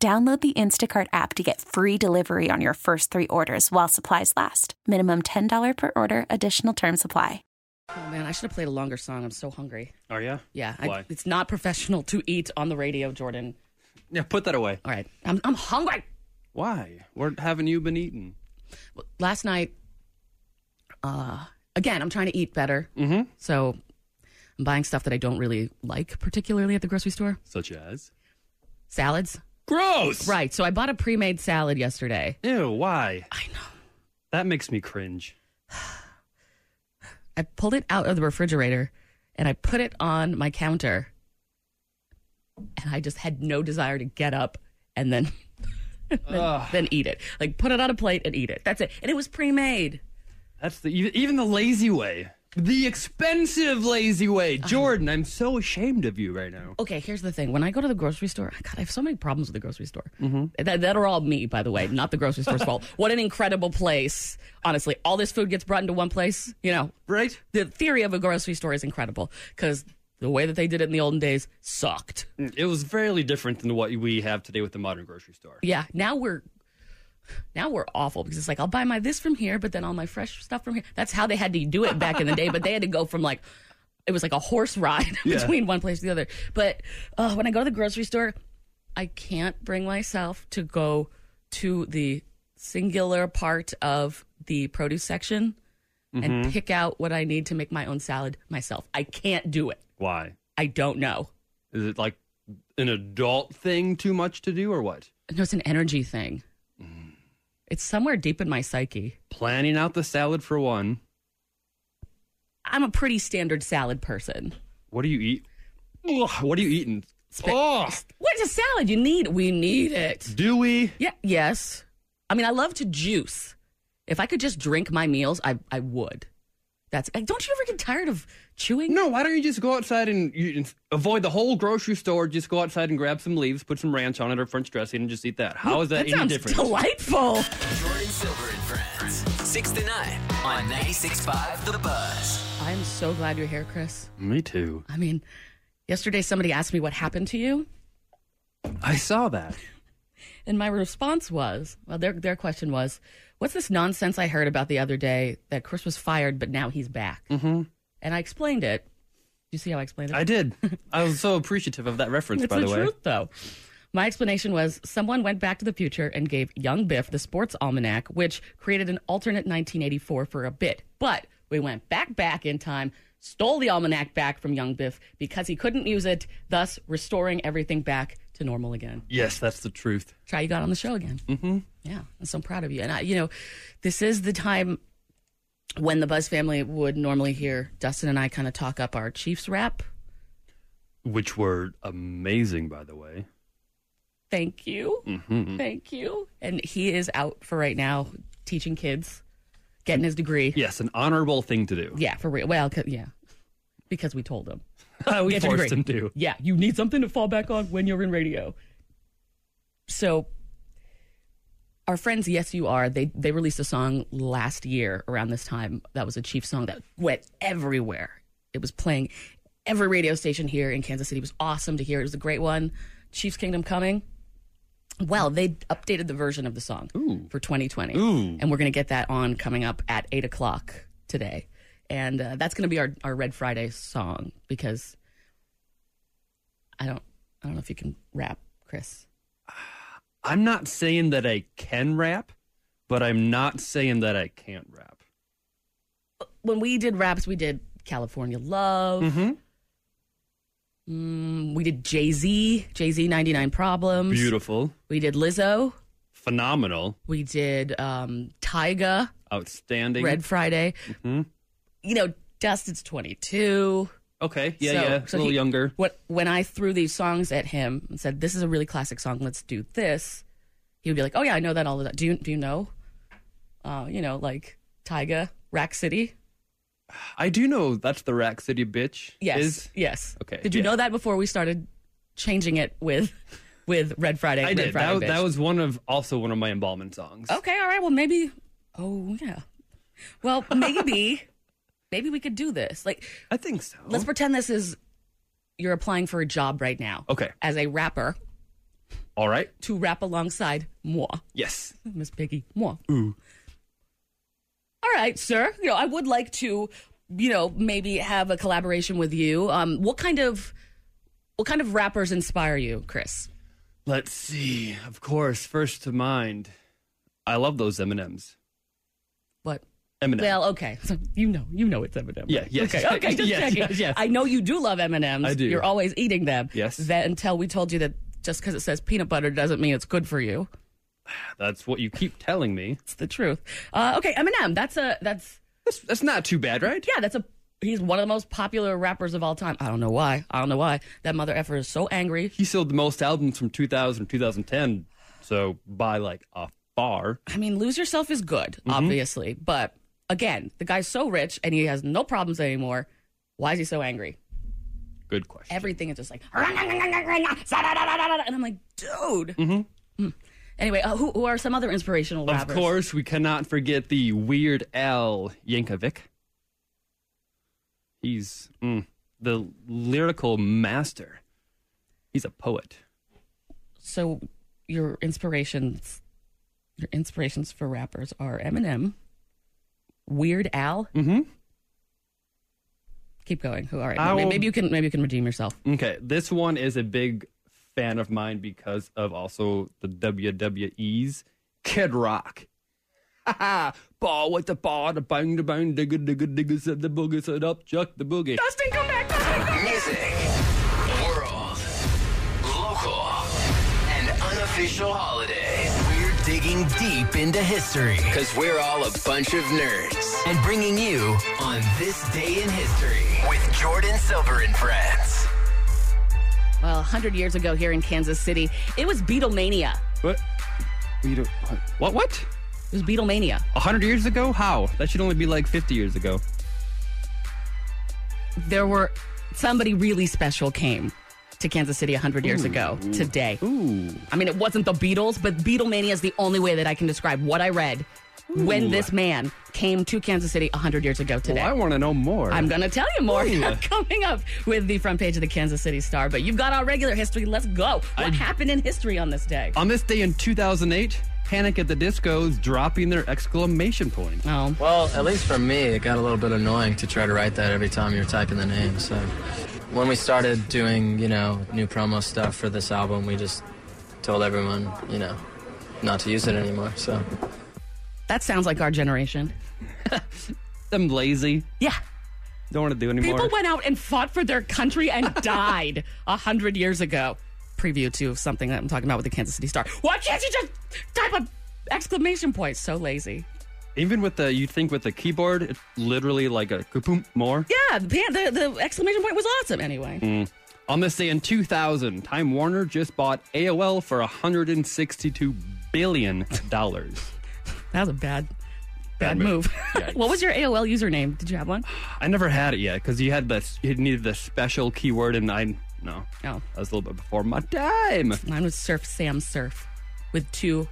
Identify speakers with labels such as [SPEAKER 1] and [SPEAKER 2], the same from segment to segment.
[SPEAKER 1] Download the Instacart app to get free delivery on your first three orders while supplies last. Minimum $10 per order, additional term supply.
[SPEAKER 2] Oh man, I should have played a longer song. I'm so hungry.
[SPEAKER 3] Are you?
[SPEAKER 2] Yeah, I,
[SPEAKER 3] Oh, Why?
[SPEAKER 2] it's not professional to eat on the radio, Jordan.
[SPEAKER 3] Yeah, put that away.
[SPEAKER 2] All right, I'm I'm hungry.
[SPEAKER 3] Why? Where haven't you been eating?
[SPEAKER 2] Last night, uh, again, I'm trying to eat better,
[SPEAKER 3] Mm-hmm.
[SPEAKER 2] so I'm buying stuff that I don't really like, particularly at the grocery store.
[SPEAKER 3] Such as?
[SPEAKER 2] Salads,
[SPEAKER 3] Gross!
[SPEAKER 2] right? So I bought a pre-made salad yesterday.
[SPEAKER 3] Ew, why?
[SPEAKER 2] I know.
[SPEAKER 3] That makes me cringe.
[SPEAKER 2] I pulled it out of the refrigerator and I put it on my counter. And I just had no desire to get up and then then,
[SPEAKER 3] Ugh.
[SPEAKER 2] then eat it. Like put it on a plate and eat it. That's it. And it was pre-made.
[SPEAKER 3] That's the e- even the lazy way. The expensive lazy
[SPEAKER 2] Uh-huh.
[SPEAKER 3] way. Jordan, I'm so ashamed of you right now.
[SPEAKER 2] Okay, here's the thing. When I go to the grocery store, God, I have so many problems with the grocery store. That, that are all me, by the way, not the grocery store's fault. What an incredible place. Honestly, all this food gets brought into one place. You know,
[SPEAKER 3] Right?
[SPEAKER 2] the theory of a grocery store is incredible because the way that they did it in the olden days sucked.
[SPEAKER 3] Mm, It was fairly different than what we have today with the modern grocery store.
[SPEAKER 2] yeah now we're now we're awful because it's like i'll buy my this from here but then all my fresh stuff from here that's how they had to do it back in the day but they had to go from like it was like a horse ride
[SPEAKER 3] Yeah.
[SPEAKER 2] between one place to the other but uh, when i go to the grocery store i can't bring myself to go to the singular part of the produce section and pick out what i need to make my own salad myself i can't do it
[SPEAKER 3] Why?
[SPEAKER 2] i don't know
[SPEAKER 3] Is it like an adult thing too much to do or what?
[SPEAKER 2] no it's an energy thing it's somewhere deep in my psyche
[SPEAKER 3] Planning out the salad for one.
[SPEAKER 2] I'm a pretty standard salad person.
[SPEAKER 3] What do you eat? Ugh, what are you eating?
[SPEAKER 2] Spit-
[SPEAKER 3] Ugh.
[SPEAKER 2] What's a salad? You need we need it.
[SPEAKER 3] Do we?
[SPEAKER 2] Yeah, yes. I mean, I love to juice. If I could just drink my meals, I I would. That's like, don't you ever get tired of chewing?
[SPEAKER 3] No, why don't you just go outside and you, and avoid the whole grocery store? Just go outside and grab some leaves, put some ranch on it or French dressing, and just eat that. How is that,
[SPEAKER 2] that
[SPEAKER 3] any
[SPEAKER 2] sounds
[SPEAKER 3] different?
[SPEAKER 2] delightful.
[SPEAKER 4] Jordan Silver and Friends. 6 to 9 on 96.5 The Buzz.
[SPEAKER 2] I'm so glad you're here, Chris.
[SPEAKER 3] Me too.
[SPEAKER 2] I mean, yesterday somebody asked me what happened to you,
[SPEAKER 3] I saw that.
[SPEAKER 2] and my response was, well, their their question was, what's this nonsense I heard about the other day that Chris was fired but now he's back? Mm-hmm. And I explained it. You see how I explained it?
[SPEAKER 3] I did. I was so appreciative of that reference,
[SPEAKER 2] It's
[SPEAKER 3] by the, way.
[SPEAKER 2] truth, though. My explanation was someone went back to the future and gave young Biff the sports almanac, which created an alternate 1984 for a bit. But we went back, back in time, stole the almanac back from young Biff because he couldn't use it, thus restoring everything back to normal again.
[SPEAKER 3] Yes, that's the truth.
[SPEAKER 2] That's how you got on the show again. Mm-hmm. Yeah, I'm so proud of you. And I, you know, this is the time when the Buzz family would normally hear Dustin and I kind of talk up our Chiefs rap.
[SPEAKER 3] Which were amazing, by the way.
[SPEAKER 2] thank you thank you and he is out for right now teaching kids getting his degree yeah,
[SPEAKER 3] Yes, an honorable thing to do.
[SPEAKER 2] for real well 'cause- yeah because we told him
[SPEAKER 3] we
[SPEAKER 2] Get your
[SPEAKER 3] forced
[SPEAKER 2] degree.
[SPEAKER 3] him to.
[SPEAKER 2] yeah you need something to fall back on when you're in radio so our friends yes you are they they released a song last year around this time that was a chief song that went everywhere it was playing every radio station here in kansas city it was awesome to hear it was a great one chief's kingdom coming well they updated the version of the song for 2020 and we're going to get that on coming up at 8 o'clock today and uh, that's going to be our, our red friday song because i don't i don't know if you can rap chris
[SPEAKER 3] I'm not saying that I can rap, but I'm not saying that I can't rap.
[SPEAKER 2] when we did raps, we did California Love.
[SPEAKER 3] Mm-hmm.
[SPEAKER 2] Mm, we did Jay Z, Jay Z 99 Problems.
[SPEAKER 3] Beautiful,
[SPEAKER 2] We did Lizzo.
[SPEAKER 3] phenomenal,
[SPEAKER 2] We did um, Tyga,
[SPEAKER 3] outstanding.
[SPEAKER 2] Red Friday. You know, Dustin's 22.
[SPEAKER 3] Okay, yeah,
[SPEAKER 2] So-
[SPEAKER 3] yeah,
[SPEAKER 2] so
[SPEAKER 3] a little
[SPEAKER 2] he-
[SPEAKER 3] younger.
[SPEAKER 2] What, when I threw these songs at him and said, This is a really classic song, let's do this, He would be like, "Oh yeah, I know that all of that. Do you do you know? Uh, you know, like Tyga, Rack City.
[SPEAKER 3] I do know that's the Rack City bitch.
[SPEAKER 2] Yes,
[SPEAKER 3] Is.
[SPEAKER 2] yes.
[SPEAKER 3] Okay,
[SPEAKER 2] Did you
[SPEAKER 3] yeah.
[SPEAKER 2] know that before we started changing it with with Red Friday?
[SPEAKER 3] I
[SPEAKER 2] Red
[SPEAKER 3] did.
[SPEAKER 2] Friday
[SPEAKER 3] That,
[SPEAKER 2] bitch.
[SPEAKER 3] that was one of also one of my embalming songs.
[SPEAKER 2] Okay, all right. Well, maybe. Oh yeah. Well, maybe, maybe we could do this. Like,
[SPEAKER 3] I think so.
[SPEAKER 2] let's pretend this is you're applying for a job right now.
[SPEAKER 3] Okay.
[SPEAKER 2] As a rapper
[SPEAKER 3] All right.
[SPEAKER 2] to rap alongside moi,
[SPEAKER 3] Yes.
[SPEAKER 2] Miss Piggy, moi. Ooh. All right, sir. You know, I would like to, you know, maybe have a collaboration with you. Um, what kind of what kind of rappers inspire you, Chris?
[SPEAKER 3] Let's see. Of course, first to mind. I love those M and M's.
[SPEAKER 2] What?
[SPEAKER 3] M and
[SPEAKER 2] Well, okay. So you know, you know it's Eminem.
[SPEAKER 3] Yeah,
[SPEAKER 2] right?
[SPEAKER 3] yes.
[SPEAKER 2] Okay, okay. Just
[SPEAKER 3] Yes,
[SPEAKER 2] checking.
[SPEAKER 3] yes, yes.
[SPEAKER 2] I know you do love M and M's.
[SPEAKER 3] I do.
[SPEAKER 2] You're always eating them.
[SPEAKER 3] Yes.
[SPEAKER 2] That until we told you that just because it says peanut butter doesn't mean it's good for you.
[SPEAKER 3] That's what you keep telling me.
[SPEAKER 2] It's the truth. Uh, okay, Eminem. That's a that's
[SPEAKER 3] That's, that's not too bad, right?
[SPEAKER 2] yeah. That's a he's one of the most popular rappers of all time. I don't know why. I don't know why that mother effer is so angry.
[SPEAKER 3] He sold the most albums from 2000 to 2010, so by like a far.
[SPEAKER 2] I mean, lose yourself is good, obviously, but again, the guy's so rich and he has no problems anymore. Why is he so angry?
[SPEAKER 3] Good question.
[SPEAKER 2] everything is just like and I'm like, dude. Mm. Anyway, uh, who, who are some other inspirational
[SPEAKER 3] of
[SPEAKER 2] rappers?
[SPEAKER 3] course, we cannot forget the Weird Al Yankovic. He's mm, the lyrical master. He's a poet.
[SPEAKER 2] So your inspirations, your inspirations for rappers are Eminem, Weird Al.
[SPEAKER 3] Mhm.
[SPEAKER 2] Keep going. Who? All right.
[SPEAKER 3] I
[SPEAKER 2] Maybe,
[SPEAKER 3] will-
[SPEAKER 2] maybe you can. Maybe you can redeem yourself.
[SPEAKER 3] Okay, this one is a big fan of mine because of also the WWE's Kid Rock. Ha Ball with the ball, the bang, the bang, digga, digga, digga, set the boogie, set up, chuck the boogie.
[SPEAKER 2] Dustin, come back.
[SPEAKER 4] Music, world, local, and unofficial holidays. We're digging deep into history because we're all a bunch of nerds and bringing you on this day in history with Jordan Silver and friends.
[SPEAKER 2] Well, 100 years ago here in Kansas City, it was Beatlemania.
[SPEAKER 3] What? You don't, what? What?
[SPEAKER 2] It was Beatlemania.
[SPEAKER 3] A hundred years ago? How? That should only be like fifty years ago.
[SPEAKER 2] there were somebody really special came to Kansas City 100 years ago today.
[SPEAKER 3] Ooh.
[SPEAKER 2] I mean, it wasn't the Beatles, but Beatlemania is the only way that I can describe what I read when this man came to Kansas City 100 years ago today.
[SPEAKER 3] Well, Oh, I want to know more.
[SPEAKER 2] I'm going to tell you more coming up with the front page of the Kansas City Star, but you've got our regular history. Let's go. What happened in history on this day?
[SPEAKER 3] On this day in 2008, Panic at the Disco's dropping their exclamation point.
[SPEAKER 2] oh,
[SPEAKER 5] Well, at least for me, it got a little bit annoying to try to write that every time you're typing the name. So when we started doing, you know, new promo stuff for this album, we just told everyone, you know, not to use it anymore. So
[SPEAKER 2] that sounds like our generation.
[SPEAKER 3] I'm lazy.
[SPEAKER 2] Yeah.
[SPEAKER 3] Don't want to do anymore.
[SPEAKER 2] People went out and fought for their country and died a hundred years ago. Preview to something that I'm talking about with the Kansas City Star. Why can't you just type an exclamation point? So lazy.
[SPEAKER 3] Even with the, you think with the keyboard, it's literally like a kapoom more.
[SPEAKER 2] Yeah, the, pan- the, the exclamation point was awesome anyway.
[SPEAKER 3] On this day in 2000, Time Warner just bought AOL for 162 billion dollars.
[SPEAKER 2] That was a bad, bad,
[SPEAKER 3] Bad
[SPEAKER 2] move.
[SPEAKER 3] move.
[SPEAKER 2] what was your AOL username? Did you have one?
[SPEAKER 3] I never had it yet because you had this, you needed the special keyword, and I no,
[SPEAKER 2] Oh.
[SPEAKER 3] that was a little bit before my time,
[SPEAKER 2] Mine was Surf Sam Surf with two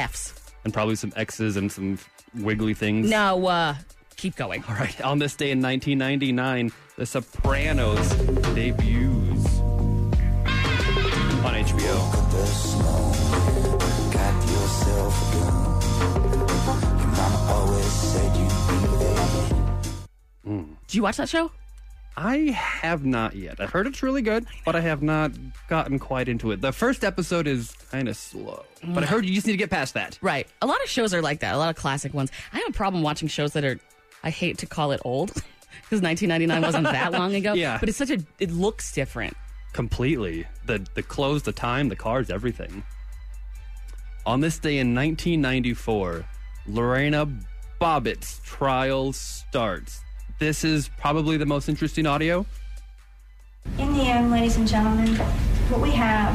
[SPEAKER 2] Fs.
[SPEAKER 3] and probably some X's and some wiggly things.
[SPEAKER 2] Now, uh, keep going.
[SPEAKER 3] All right. On this day in 1999, The Sopranos debuts on HBO.
[SPEAKER 6] the snow. Got yourself a gun. Your mama always said you'd be there.
[SPEAKER 2] Did you watch that show?
[SPEAKER 3] I have not yet. I've heard it's really good, but I have not gotten quite into it. The first episode is kind of slow, but I heard you just need to get past that.
[SPEAKER 2] Right. A lot of shows are like that. A lot of classic ones. I have a problem watching shows that are. I hate to call it old because 1999 wasn't that long ago.
[SPEAKER 3] Yeah.
[SPEAKER 2] But it's such a. It looks different.
[SPEAKER 3] Completely. The the clothes, the time, the cars, everything. On this day in 1994, Lorena Bobbitt's trial starts. This is probably the most interesting audio.
[SPEAKER 7] In the end, ladies and gentlemen, what we have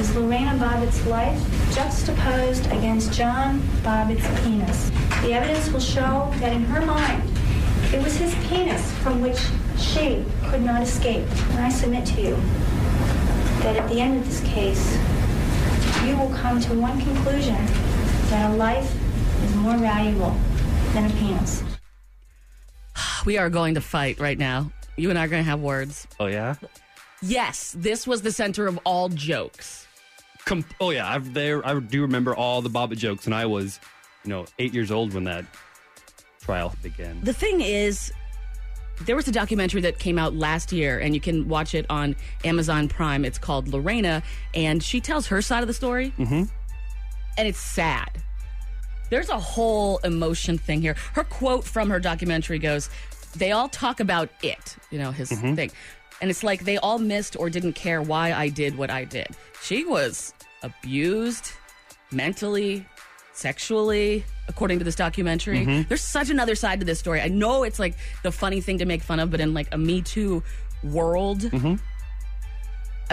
[SPEAKER 7] is Lorena Bobbitt's life juxtaposed against John Bobbitt's penis. The evidence will show that in her mind, it was his penis from which she could not escape. And I submit to you that at the end of this case, you will come to one conclusion that a life is more valuable than a penis.
[SPEAKER 2] We are going to fight right now. You and I are going to have words.
[SPEAKER 3] Oh yeah.
[SPEAKER 2] Yes, this was the center of all jokes.
[SPEAKER 3] Com- oh yeah. I've there. I do remember all the Bobbitt jokes, and I was, you know, eight years old when that trial began.
[SPEAKER 2] The thing is, there was a documentary that came out last year, and you can watch it on Amazon Prime. It's called Lorena, and she tells her side of the story, mm-hmm. and it's sad. There's a whole emotion thing here. Her quote from her documentary goes, "They all talk about it, you know, his thing, and it's like they all missed or didn't care why I did what I did. She was abused mentally." Sexually, according to this documentary. There's such another side to this story. I know it's like the funny thing to make fun of, but in like a Me Too world, I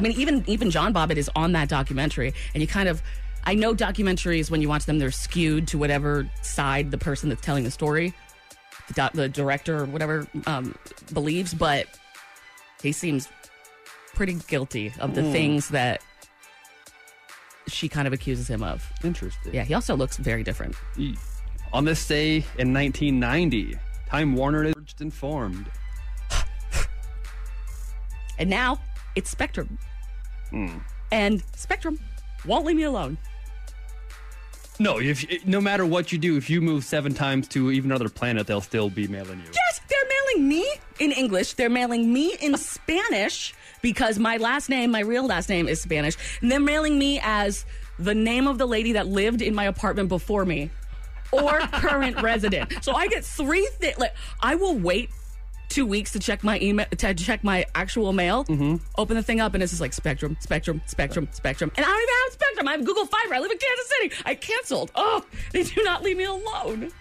[SPEAKER 2] mean, even even John Bobbitt is on that documentary, and you kind of, I know documentaries when you watch them, they're skewed to whatever side the person that's telling the story, the, doc, the director or whatever um, believes, but he seems pretty guilty of the things that she kind of accuses him of.
[SPEAKER 3] Interesting.
[SPEAKER 2] Yeah, he also looks very different.
[SPEAKER 3] On this day in 1990, Time Warner is first informed.
[SPEAKER 2] And now it's Spectrum. And Spectrum won't leave me alone.
[SPEAKER 3] No, if no matter what you do, if you move seven times to even another planet, they'll still be mailing you.
[SPEAKER 2] Yes, they're mailing me in English. They're mailing me in Spanish because my last name, my real last name, is Spanish. And they're mailing me as the name of the lady that lived in my apartment before me or current resident. So I get three things. Like, I will wait. Two weeks to check my email, to check my actual mail. Open the thing up, and it's just like Spectrum, Spectrum, Spectrum, Spectrum. And I don't even have Spectrum. I have Google Fiber. I live in Kansas City. I canceled. Oh, they do not leave me alone.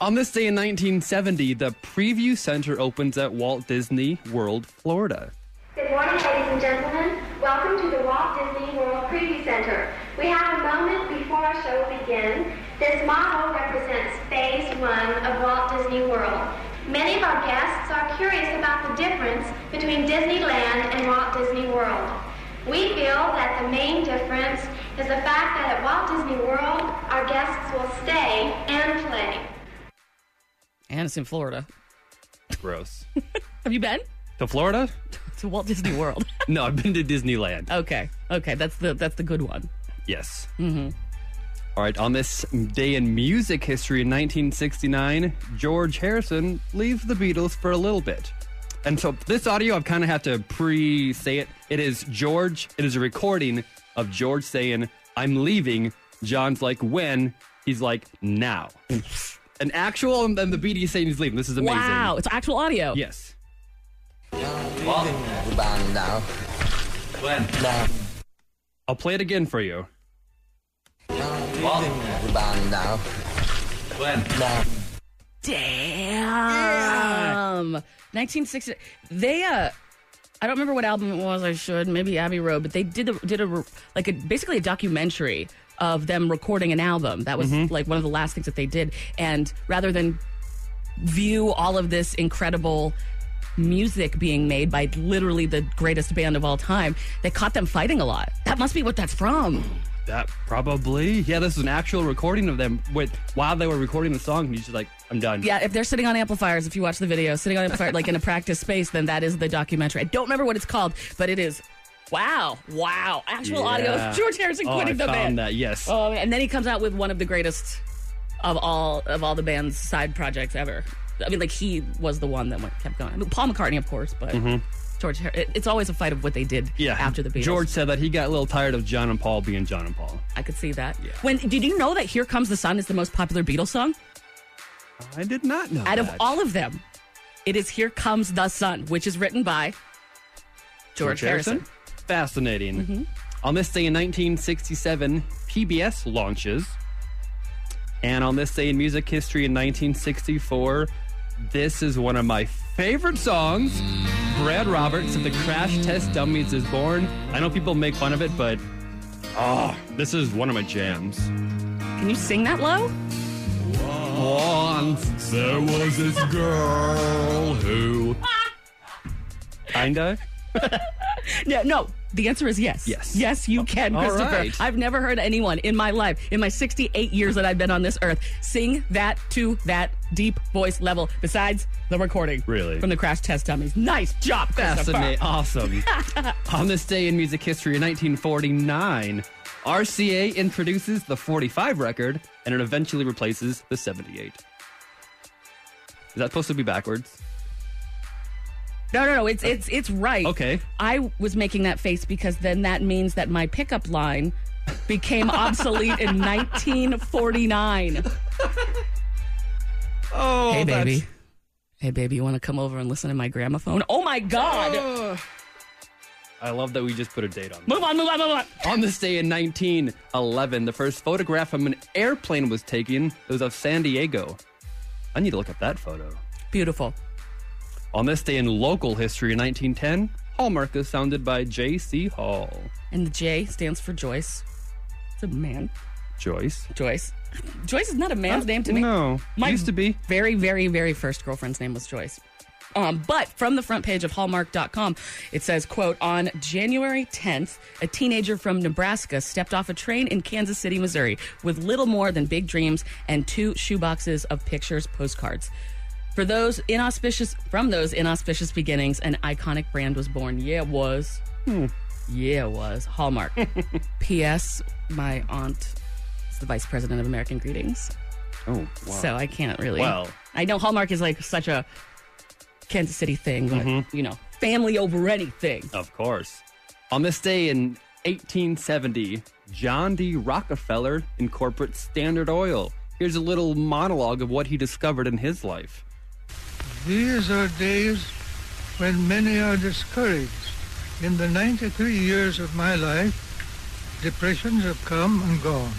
[SPEAKER 3] On this day in 1970, the Preview Center opens at Walt Disney World, Florida.
[SPEAKER 8] Good morning, ladies and gentlemen. Welcome to the Walt Disney World Preview Center. We have a moment before our show begins. This model represents phase one of Walt Disney World. Many of our guests are curious about the difference between Disneyland and Walt Disney World. We feel that the main difference is the fact that at Walt Disney World, our guests will stay and play.
[SPEAKER 2] And it's in Florida.
[SPEAKER 3] Gross.
[SPEAKER 2] Have you been
[SPEAKER 3] to Florida?
[SPEAKER 2] to Walt Disney World?
[SPEAKER 3] No, I've been to Disneyland.
[SPEAKER 2] Okay. Okay, that's the that's the good one.
[SPEAKER 3] Yes. Mm-hmm. right. On this day in music history in 1969, George Harrison leaves the Beatles for a little bit. And so this audio, I've kind of have to pre say it. It is George, it is a recording of George saying, I'm leaving. John's like, when? He's like, now. An actual, and then the BD saying he's leaving. This is amazing.
[SPEAKER 2] Wow, it's actual audio.
[SPEAKER 3] Yes.
[SPEAKER 6] Goodbye now. Now.
[SPEAKER 3] I'll play it again for you.
[SPEAKER 6] Goodbye now. Now.
[SPEAKER 2] Damn. 1960. They uh I don't remember what album it was. I should maybe Abbey Road, but they did a, did a re- like a basically a documentary of them recording an album. That was like one of the last things that they did. And rather than view all of this incredible music being made by literally the greatest band of all time, they caught them fighting a lot. That must be what that's from.
[SPEAKER 3] That probably. Yeah, this is an actual recording of them with while they were recording the song. And he's just like, I'm done.
[SPEAKER 2] Yeah, if they're sitting on amplifiers, if you watch the video, sitting on amplifier like in a practice space, then that is the documentary. I don't remember what it's called, but it is wow, wow, actual audio
[SPEAKER 3] Yeah.
[SPEAKER 2] of George Harrison
[SPEAKER 3] Oh, I
[SPEAKER 2] quitting the
[SPEAKER 3] found
[SPEAKER 2] band.
[SPEAKER 3] that, yes.
[SPEAKER 2] Oh, and then he comes out with one of the greatest of all of all the band's side projects ever. I mean, like he was the one that went, kept going. I mean, Paul McCartney, of course, but George. Har- it- it's always a fight of what they did
[SPEAKER 3] Mm-hmm. Yeah.
[SPEAKER 2] after the Beatles.
[SPEAKER 3] George said that he got a little tired of John and Paul being John and Paul.
[SPEAKER 2] I could see that. When did you know that "Here Comes the Sun" is the most popular Beatles song?
[SPEAKER 3] I did not know.
[SPEAKER 2] out of
[SPEAKER 3] that.
[SPEAKER 2] all of them, it is Here Comes the Sun, which is written by George, Harrison. Mm-hmm.
[SPEAKER 3] Fascinating. On this day in 1967, PBS launches. And on this day in music history in 1964, this is one of my favorite songs. Brad Roberts of the Crash Test Dummies is born. I know people make fun of it, but Oh, this is one of my jams.
[SPEAKER 2] Can you sing that low?
[SPEAKER 3] Once there was this girl who. Kinda?
[SPEAKER 2] No, no. The answer is yes.
[SPEAKER 3] Yes.
[SPEAKER 2] Yes, you can,
[SPEAKER 3] all
[SPEAKER 2] Christopher.
[SPEAKER 3] right.
[SPEAKER 2] I've never heard anyone in my life, in my 68 years that I've been on this earth, sing that to that deep voice level besides the recording.
[SPEAKER 3] Really?
[SPEAKER 2] From the crash test dummies. Nice job, Christopher.
[SPEAKER 3] Fascinating. Awesome. On this day in music history in 1949, RCA introduces the 45 record and it eventually replaces the 78. Is that supposed to be backwards?
[SPEAKER 2] No, no, no. It's it's it's right.
[SPEAKER 3] Okay.
[SPEAKER 2] I was making that face because then that means that my pickup line became obsolete in 1949.
[SPEAKER 3] Oh,
[SPEAKER 2] hey, baby. Hey, baby. You want to come over and listen to my gramophone? Oh my God!
[SPEAKER 3] I love that we just put a date on that.
[SPEAKER 2] Move on, move on, move on.
[SPEAKER 3] On this day in 1911, the first photograph from an airplane was taken. It was of San Diego. I need to look up that photo.
[SPEAKER 2] Beautiful.
[SPEAKER 3] On this day in local history in 1910, Hallmark is sounded by J.C. Hall.
[SPEAKER 2] And the J stands for Joyce. It's a man.
[SPEAKER 3] Joyce?
[SPEAKER 2] Joyce. Joyce is not a man's name to me.
[SPEAKER 3] Uh, No.
[SPEAKER 2] My
[SPEAKER 3] Used to be.
[SPEAKER 2] Very, very, very first girlfriend's name was Joyce. Um, but from the front page of Hallmark.com, it says, quote, on January 10th, a teenager from Nebraska stepped off a train in Kansas City, Missouri, with little more than big dreams and two shoeboxes of pictures, postcards. For those inauspicious, from those inauspicious beginnings, an iconic brand was born. Yeah, it was.
[SPEAKER 3] Hmm.
[SPEAKER 2] Yeah, it was. Hallmark. P.S. My aunt is the vice president of American Greetings.
[SPEAKER 3] Oh, wow.
[SPEAKER 2] So I can't really.
[SPEAKER 3] Well.
[SPEAKER 2] I know Hallmark is like such a Kansas City thing, but you know, family over anything.
[SPEAKER 3] Of course. On this day in 1870, John D. Rockefeller incorporates Standard Oil. Here's a little monologue of what he discovered in his life.
[SPEAKER 9] These are days when many are discouraged. In the 93 years of my life, depressions have come and gone.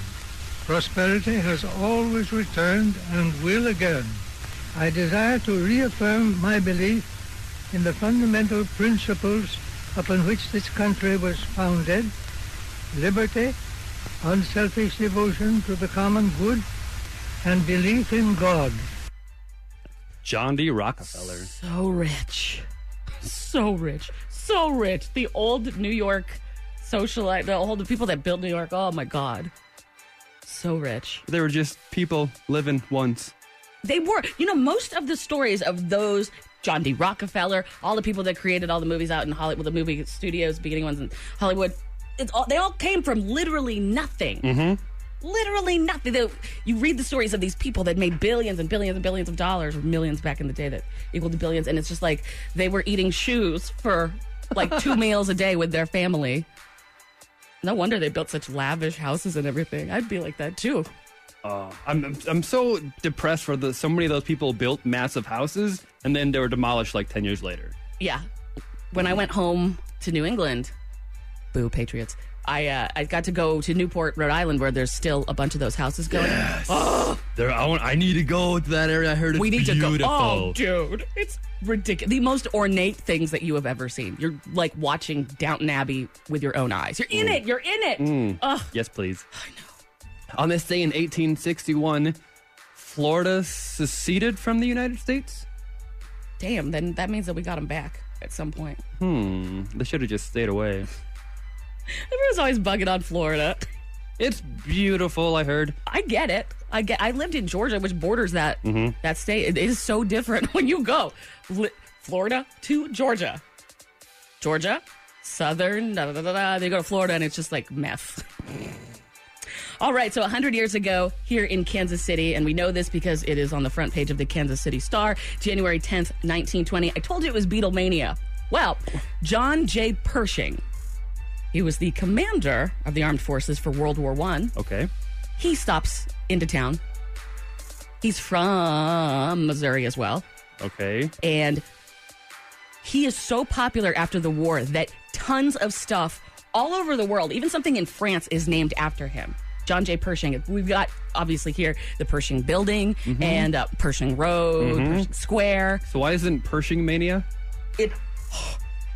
[SPEAKER 9] Prosperity has always returned and will again. I desire to reaffirm my belief in the fundamental principles upon which this country was founded, liberty, unselfish devotion to the common good, and belief in God.
[SPEAKER 3] John D. Rockefeller.
[SPEAKER 2] So rich. So rich. So rich. The old New York socialite, the old the people that built New York. Oh my God. So rich.
[SPEAKER 3] They were just people living once.
[SPEAKER 2] They were. You know, most of the stories of those John D. Rockefeller, all the people that created all the movies out in Hollywood, well, the movie studios, beginning ones in Hollywood, it's all, they all came from literally nothing. Literally nothing. They- you read the stories of these people that made billions and billions and billions of dollars, or millions back in the day that equaled to billions, and it's just like they were eating shoes for like two meals a day with their family. No wonder they built such lavish houses and everything. I'd be like that too.
[SPEAKER 3] Uh, I'm, I'm I'm so depressed for the so many of those people built massive houses and then they were demolished like ten years later.
[SPEAKER 2] yeah when i went home to new england boo patriots i uh, i got to go to newport rhode island where there's still a bunch of those houses going
[SPEAKER 3] There, I want, I need to go to that area. I heard it's
[SPEAKER 2] we need
[SPEAKER 3] beautiful.
[SPEAKER 2] to go oh dude it's ridiculous the most ornate things that you have ever seen you're like watching downton abbey with your own eyes you're
[SPEAKER 3] Mm.
[SPEAKER 2] in it you're in it Ugh.
[SPEAKER 3] Yes, please. I know. On this day in 1861, Florida seceded from the United States.
[SPEAKER 2] damn then that means that we got them back at some point
[SPEAKER 3] Hmm. They should have just stayed away.
[SPEAKER 2] everyone's always bugging on florida
[SPEAKER 3] It's beautiful. I heard.
[SPEAKER 2] I get it. I get. I lived in Georgia, which borders that that state. It is so different when you go Li- Florida to Georgia, Georgia, Southern. Da, da, da, da, da. They go to Florida, and it's just like meth. All right, so 100 years ago here in Kansas City, and we know this because it is on the front page of the Kansas City Star, January 10th, 1920. I told you it was Beatlemania. Well, John J. Pershing, he was the commander of the armed forces for World War One
[SPEAKER 3] Okay.
[SPEAKER 2] he stops into town. He's from Missouri as well.
[SPEAKER 3] Okay.
[SPEAKER 2] And he is so popular after the war that tons of stuff all over the world, even something in France, is named after him. John J. Pershing. We've got, obviously, here the Pershing Building and uh, Pershing Road, Pershing Square,
[SPEAKER 3] So why isn't Pershing mania?
[SPEAKER 2] it,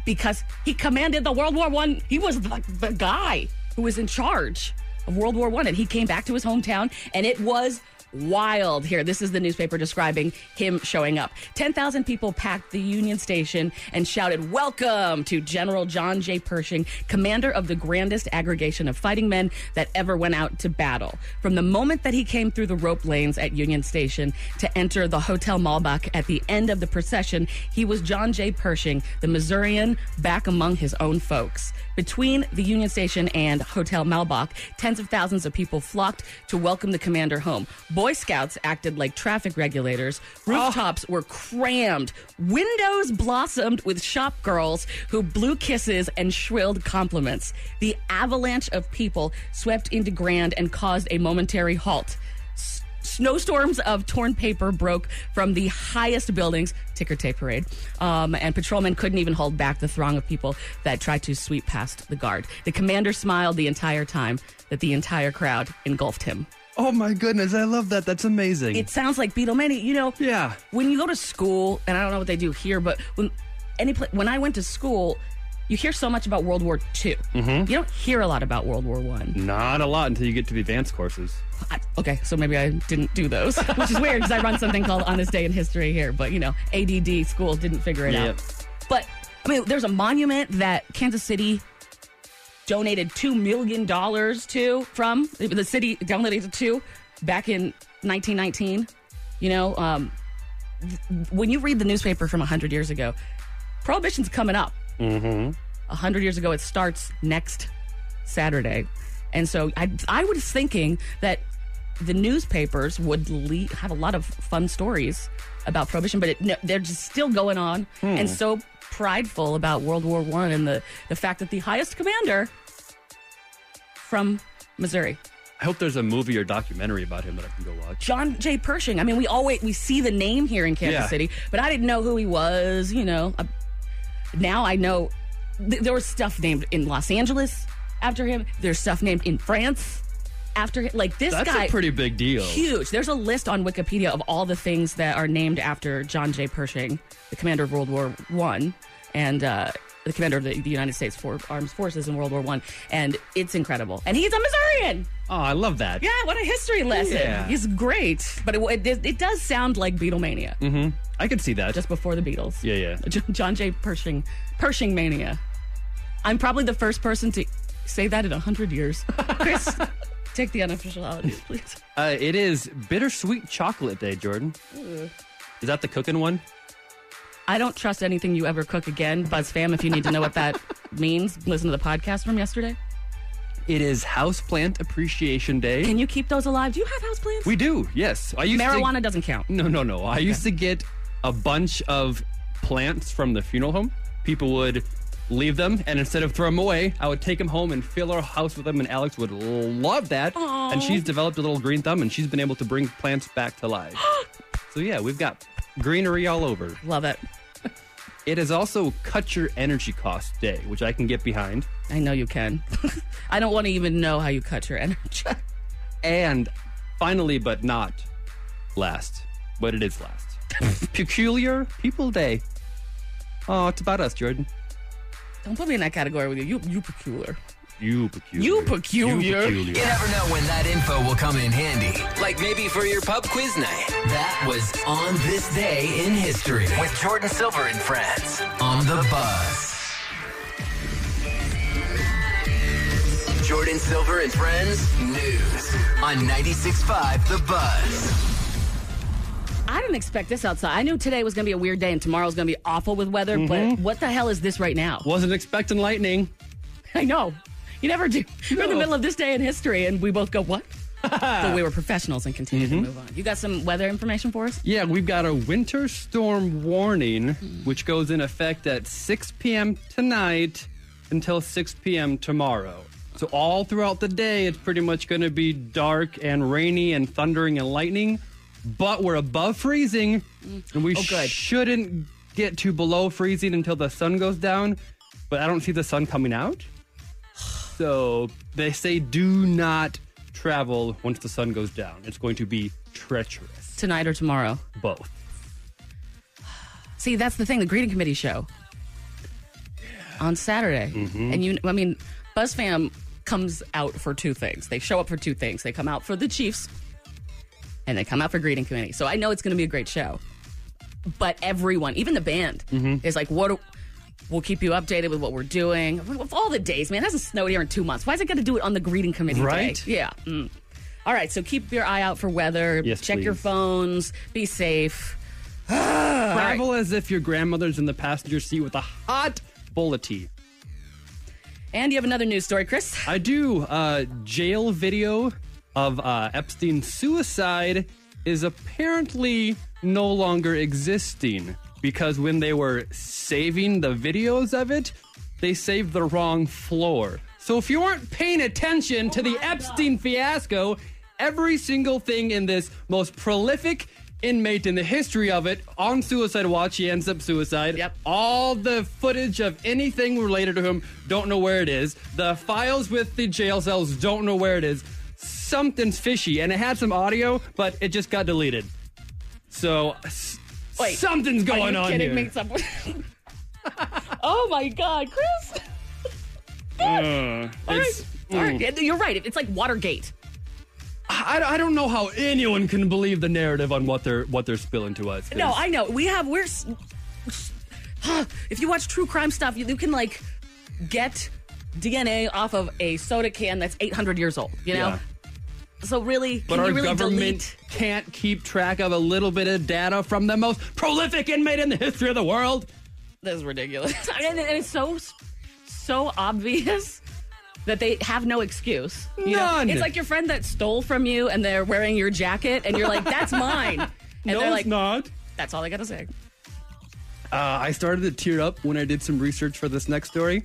[SPEAKER 2] because he commanded the World War One. He was the, the guy. who was in charge of World War One, and he came back to his hometown, and it was wild here. This is the newspaper describing him showing up. 10,000 people packed the Union Station and shouted, Welcome to General John J. Pershing, commander of the grandest aggregation of fighting men that ever went out to battle. From the moment that he came through the rope lanes at Union Station to enter the Hotel Malbach at the end of the procession, he was John J. Pershing, the Missourian, back among his own folks. Between the Union Station and Hotel Malbach, tens of thousands of people flocked to welcome the commander home. Boy Scouts acted like traffic regulators. Rooftops were crammed. Windows blossomed with shop girls who blew kisses and shrilled compliments. The avalanche of people swept into Grand and caused a momentary halt. S- snowstorms of torn paper broke from the highest buildings, ticker tape parade, um, and patrolmen couldn't even hold back the throng of people that tried to sweep past the guard. The commander smiled the entire time that the entire crowd engulfed him.
[SPEAKER 3] Oh my goodness, I love that. That's amazing.
[SPEAKER 2] It sounds like Beatlemania. You know,
[SPEAKER 3] Yeah.
[SPEAKER 2] When you go to school, and I don't know what they do here, but when any pla- when I went to school, you hear so much about World War II. You don't hear a lot about World War One.
[SPEAKER 3] Not a lot until you get to the advanced courses.
[SPEAKER 2] I. Okay, so maybe I didn't do those, which is weird because I run something called Honest Day in History here. But you know, ADD schools didn't figure it
[SPEAKER 3] Yep.
[SPEAKER 2] out. But I mean, there's a monument that Kansas City donated two million dollars to from the city donated it to back in 1919. You know, um, th- when you read the newspaper from 100 years ago, prohibition's coming up. Mm-hmm. 100 years ago, it starts next Saturday, and so I I was thinking that the newspapers would le- have a lot of fun stories about prohibition, but it, no, they're just still going on and so prideful about World War One and the the fact that the highest commander from Missouri.
[SPEAKER 3] I hope there's a movie or documentary about him that I can go watch.
[SPEAKER 2] John J. Pershing. I mean, we always we see the name here in Kansas
[SPEAKER 3] Yeah.
[SPEAKER 2] City, but I didn't know who he was. You know, I, now I know th- there was stuff named in Los Angeles after him. There's stuff named in France after him. Like this
[SPEAKER 3] That's
[SPEAKER 2] guy,
[SPEAKER 3] a pretty big deal.
[SPEAKER 2] huge. There's a list on Wikipedia of all the things that are named after John J. Pershing, the commander of World War One, and uh, the commander of the, the United States for Armed Forces in World War One, and it's incredible. And he's a Missourian.
[SPEAKER 3] Oh, I love that.
[SPEAKER 2] Yeah, what a history lesson.
[SPEAKER 3] Yeah.
[SPEAKER 2] He's great, but it, it, it does sound like Beatlemania,
[SPEAKER 3] I could see that.
[SPEAKER 2] just before the Beatles.
[SPEAKER 3] Mm-hmm. yeah, yeah.
[SPEAKER 2] J- John J. Pershing, Pershing Mania. I'm probably the first person to say that in 100 years. Chris, take the unofficial holidays, please.
[SPEAKER 3] Uh, it is bittersweet chocolate day, Jordan.
[SPEAKER 2] Mm.
[SPEAKER 3] Is that the cooking one?
[SPEAKER 2] I don't trust anything you ever cook again, BuzzFam, if you need to know what that means, listen to the podcast from yesterday.
[SPEAKER 3] It is houseplant appreciation day.
[SPEAKER 2] Can you keep those alive? Do you have houseplants?
[SPEAKER 3] we do, yes. I used
[SPEAKER 2] Marijuana
[SPEAKER 3] To,
[SPEAKER 2] doesn't count.
[SPEAKER 3] no, no, no. I used to get a bunch of plants from the funeral home. People would leave them, and instead of throw them away, I would take them home and fill our house with them. And Alex would love that. And she's developed a little green thumb, and she's been able to bring plants back to life. so yeah, we've got greenery all over.
[SPEAKER 2] Love it.
[SPEAKER 3] It is also cut your energy cost day, which I can get behind.
[SPEAKER 2] I know you can. I don't want to even know how you cut your energy.
[SPEAKER 3] And finally, but not last, but it is last. Peculiar People Day. Oh, it's about us, Jordan.
[SPEAKER 2] Don't put me in that category with you. You, you peculiar.
[SPEAKER 3] You peculiar.
[SPEAKER 2] You peculiar.
[SPEAKER 4] You never know when that info will come in handy. Like maybe for your pub quiz night. That was On This Day in History with Jordan Silver and friends on The Buzz. Jordan Silver and friends news on 96.5 The Buzz.
[SPEAKER 2] I didn't expect this outside. I knew today was going to be a weird day and tomorrow's going to be awful with weather, but what the hell is this right now?
[SPEAKER 3] Wasn't expecting lightning.
[SPEAKER 2] I know. You never do. We're in the
[SPEAKER 3] No.
[SPEAKER 2] middle of this day in history and we both go, what? but we were professionals and continued to move on. You got some weather information for us?
[SPEAKER 3] Yeah, we've got a winter storm warning, which goes in effect at 6 p.m. tonight until 6 p.m. tomorrow. So, all throughout the day, it's pretty much going to be dark and rainy and thundering and lightning, but we're above freezing, and we
[SPEAKER 2] good.
[SPEAKER 3] shouldn't get to below freezing until the sun goes down. But I don't see the sun coming out. So, they say do not travel once the sun goes down. It's going to be treacherous,
[SPEAKER 2] Tonight or tomorrow?
[SPEAKER 3] both.
[SPEAKER 2] See, that's the thing. The greeting committee
[SPEAKER 3] Mm-hmm.
[SPEAKER 2] show on Saturday, and you. I mean, BuzzFam comes out for two things. They show up for two things. They come out for the Chiefs and they come out for greeting committee. So I know it's going to be a great show. But everyone, even the band,
[SPEAKER 3] Mm-hmm.
[SPEAKER 2] is like, what? do- we'll keep you updated with what we're doing. With all the days, man, it hasn't snowed here in two months. Why is it got to do it on the greeting committee
[SPEAKER 3] Right?
[SPEAKER 2] day? Yeah. mm. All right. So keep your eye out for weather.
[SPEAKER 3] Yes,
[SPEAKER 2] Check your
[SPEAKER 3] please.
[SPEAKER 2] phones. Be safe.
[SPEAKER 3] Travel as if your grandmother's in the passenger seat with a hot bowl of tea.
[SPEAKER 2] And you have another news story, Chris.
[SPEAKER 3] I do. Uh, jail video of uh, Epstein's suicide is apparently no longer existing because when they were saving the videos of it, they saved the wrong floor. So if you aren't paying attention to the Epstein fiasco, every single thing in this most prolific inmate in the history of it on Suicide Watch, he ends up suicide.
[SPEAKER 2] Yep.
[SPEAKER 3] All the footage of anything related to him, don't know where it is. The files with the jail cells, don't know where it is. Something's fishy, and it had some audio, but it just got deleted. So, s-
[SPEAKER 2] Wait,
[SPEAKER 3] something's
[SPEAKER 2] Are
[SPEAKER 3] going
[SPEAKER 2] you
[SPEAKER 3] on
[SPEAKER 2] kidding
[SPEAKER 3] here.
[SPEAKER 2] me? Someone- oh my God, Chris. All
[SPEAKER 3] Uh, It's- mm.
[SPEAKER 2] right. All right. You're right. It's like Watergate.
[SPEAKER 3] I, I don't know how anyone can believe the narrative on what they're what they're spilling to us. 'cause-
[SPEAKER 2] No, I know. We have we're. s- If you watch true crime stuff, you, you can like get DNA off of a soda can that's 800 years old. You know.
[SPEAKER 3] Yeah.
[SPEAKER 2] So really, can
[SPEAKER 3] But
[SPEAKER 2] you
[SPEAKER 3] our
[SPEAKER 2] really
[SPEAKER 3] government
[SPEAKER 2] delete?
[SPEAKER 3] can't keep track of a little bit of data from the most prolific inmate in the history of the world.
[SPEAKER 2] This is ridiculous. and, and it's so so obvious that they have no excuse. You
[SPEAKER 3] None.
[SPEAKER 2] Know? It's like your friend that stole from you and they're wearing your jacket and you're like, that's mine. And they're like,
[SPEAKER 3] not.
[SPEAKER 2] that's all I gotta say.
[SPEAKER 3] Uh, I started to tear up when I did some research for this next story.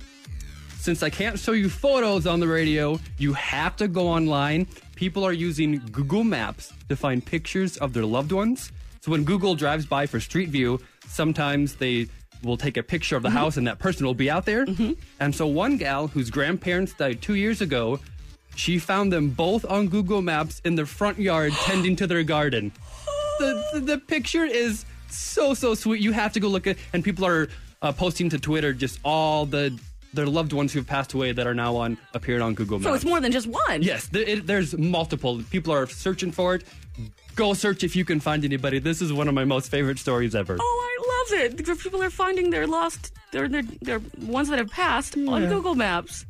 [SPEAKER 3] Since I can't show you photos on the radio, you have to go online. People are using Google Maps to find pictures of their loved ones. So when Google drives by for Street View, sometimes they will take a picture of the house and that person will be out there. And so one gal whose grandparents died two years ago, she found them both on Google Maps in their front yard tending to their garden the, the, the picture is so so sweet. You have to go look at, and people are uh, posting to Twitter just all the their loved ones who've passed away that are now on appeared on Google Maps.
[SPEAKER 2] So it's more than just one.
[SPEAKER 3] Yes, th- it, there's multiple. People are searching for it. Go search if you can find anybody. This is one of my most favorite stories ever.
[SPEAKER 2] Oh, I love it. People are finding their lost, their their, their ones that have passed on Google Maps.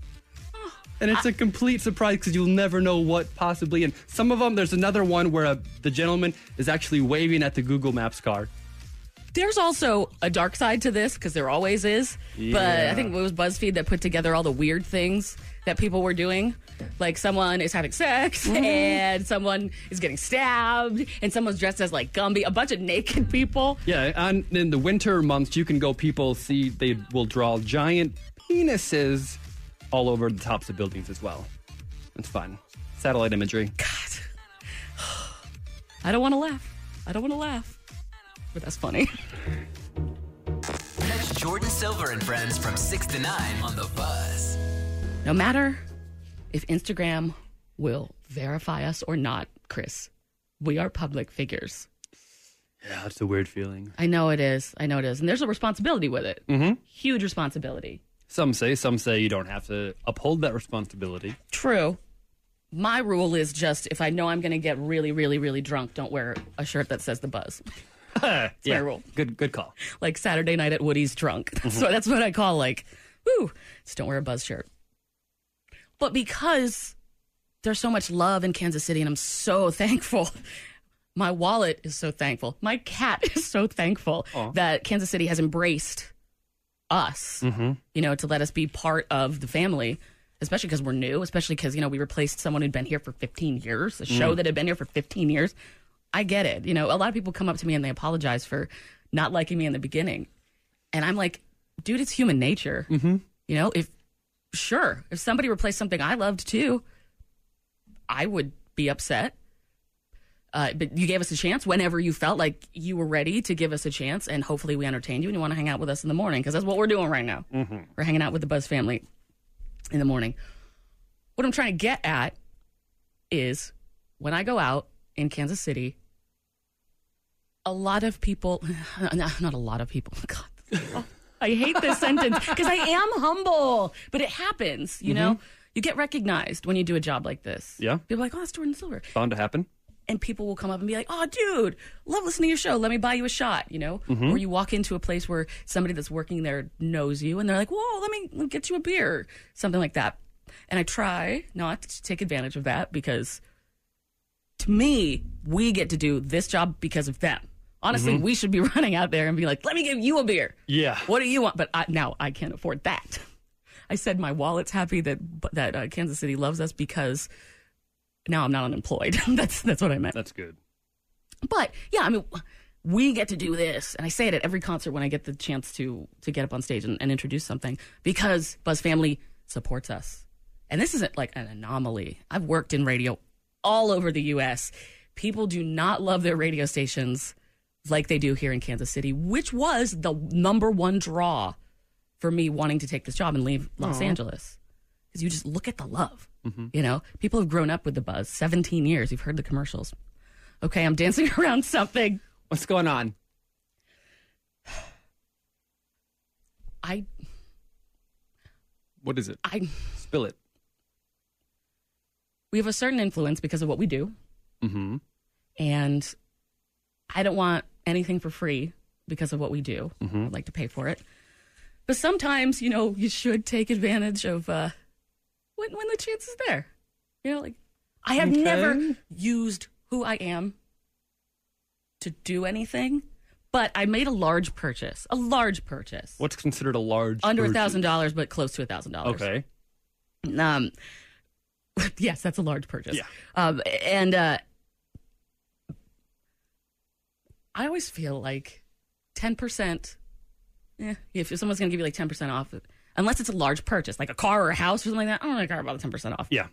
[SPEAKER 3] And it's a complete surprise because you'll never know what possibly. And some of them, there's another one where a, the gentleman is actually waving at the Google Maps car.
[SPEAKER 2] There's also a dark side to this because there always is. But I think it was BuzzFeed that put together all the weird things that people were doing. Like someone is having sex and someone is getting stabbed and someone's dressed as like Gumby, a bunch of naked people.
[SPEAKER 3] Yeah, and in the winter months, you can go. People see they will draw giant penises all over the tops of buildings as well. It's fun. Satellite imagery.
[SPEAKER 2] I don't want to laugh. I don't want to laugh. But that's funny.
[SPEAKER 4] Catch Jordan Silver and friends from 6 to 9 on The Buzz.
[SPEAKER 2] No matter if Instagram will verify us or not, Chris, we are public figures.
[SPEAKER 3] Yeah, it's a weird feeling.
[SPEAKER 2] I know it is. I know it is. And there's a responsibility with it. Mm-hmm. Huge responsibility.
[SPEAKER 3] Some say, some say you don't have to uphold that responsibility.
[SPEAKER 2] True. My rule is just if I know I'm going to get really, really, really drunk, don't wear a shirt that says the buzz.
[SPEAKER 3] Ah, yeah,
[SPEAKER 2] rule.
[SPEAKER 3] good, good call.
[SPEAKER 2] Like Saturday night at Woody's drunk. so that's what I call like, woo, just don't wear a buzz shirt. But because there's so much love in Kansas City and I'm so thankful. My wallet is so thankful. My cat is so thankful that Kansas City has embraced us, you know, to let us be part of the family, especially because we're new, especially because, you know, we replaced someone who'd been here for 15 years, a show that had been here for 15 years. I get it. You know, a lot of people come up to me and they apologize for not liking me in the beginning. And I'm like, dude, it's human nature. You know, if sure, if somebody replaced something I loved too, I would be upset. Uh, but you gave us a chance whenever you felt like you were ready to give us a chance, and hopefully we entertained you and you want to hang out with us in the morning because that's what we're doing right now. We're hanging out with the Buzz family in the morning. What I'm trying to get at is when I go out in Kansas City, a lot of people, no, not a lot of people, God, I hate this sentence because I am humble, but it happens, you know? You get recognized when you do a job like this.
[SPEAKER 3] Yeah.
[SPEAKER 2] People are like, oh, it's Jordan Silver.
[SPEAKER 3] Bound to happen.
[SPEAKER 2] And people will come up and be like, oh, dude, love listening to your show. Let me buy you a shot, you know?
[SPEAKER 3] Mm-hmm.
[SPEAKER 2] Or you walk into a place where somebody that's working there knows you and they're like, whoa, let me let me get you a beer, something like that. And I try not to take advantage of that because to me, we get to do this job because of them. Honestly, we should be running out there and be like, let me give you a beer.
[SPEAKER 3] Mm-hmm. Yeah.
[SPEAKER 2] What do you want? But I, now I can't afford that. I said my wallet's happy that that uh, Kansas City loves us because now I'm not unemployed. that's that's what I meant.
[SPEAKER 3] That's good.
[SPEAKER 2] But yeah, I mean, we get to do this, and I say it at every concert when I get the chance to to get up on stage and, and introduce something because Buzz Family supports us, and this isn't like an anomaly. I've worked in radio all over the U.S. People do not love their radio stations like they do here in Kansas City, which was the number one draw for me wanting to take this job and leave Los Angeles. Because you just look at the love. You know, people have grown up with the buzz. 17 years, you've heard the commercials. Okay, I'm dancing around something.
[SPEAKER 3] What's going on?
[SPEAKER 2] I,
[SPEAKER 3] What is it?
[SPEAKER 2] I,
[SPEAKER 3] Spill it.
[SPEAKER 2] we have a certain influence because of what we do.
[SPEAKER 3] Mm-hmm.
[SPEAKER 2] and I don't want anything for free because of what we do.
[SPEAKER 3] Mm-hmm.
[SPEAKER 2] I'd like to pay for it. But sometimes, you know, you should take advantage of uh, when, when the chance is there. You know, like I have
[SPEAKER 3] Okay.
[SPEAKER 2] never used who I am to do anything, but I made a large purchase, a large purchase.
[SPEAKER 3] What's considered a large
[SPEAKER 2] Under a
[SPEAKER 3] urgent?
[SPEAKER 2] thousand dollars, but close to a thousand dollars.
[SPEAKER 3] Okay.
[SPEAKER 2] Um, yes, that's a large purchase.
[SPEAKER 3] Yeah.
[SPEAKER 2] Um, and uh, I always feel like ten percent. Yeah, if if someone's gonna give you like ten percent off, unless it's a large purchase, like a car or a house or something like that, I don't really care about the ten percent off.
[SPEAKER 3] Yeah.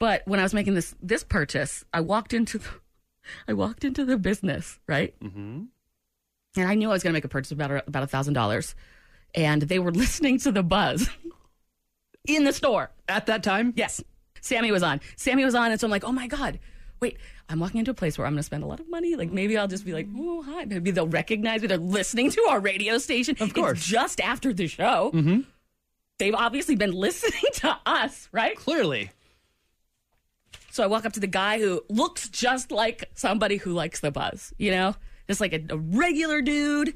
[SPEAKER 2] But when I was making this this purchase, I walked into the, I walked into the business right,
[SPEAKER 3] Mm-hmm.
[SPEAKER 2] and I knew I was gonna make a purchase of about about a thousand dollars, and they were listening to the buzz in the store.
[SPEAKER 3] At that time?
[SPEAKER 2] Yes. Sammy was on. Sammy was on. And so I'm like, oh my God, wait, I'm walking into a place where I'm going to spend a lot of money. Like maybe I'll just be like, oh, hi. Maybe they'll recognize me. They're listening to our radio station. Of
[SPEAKER 3] course.
[SPEAKER 2] It's just after the show. Mm-hmm. They've obviously been listening to us, right?
[SPEAKER 3] Clearly.
[SPEAKER 2] So I walk up to the guy who looks just like somebody who likes the buzz, you know? Just like a, a regular dude.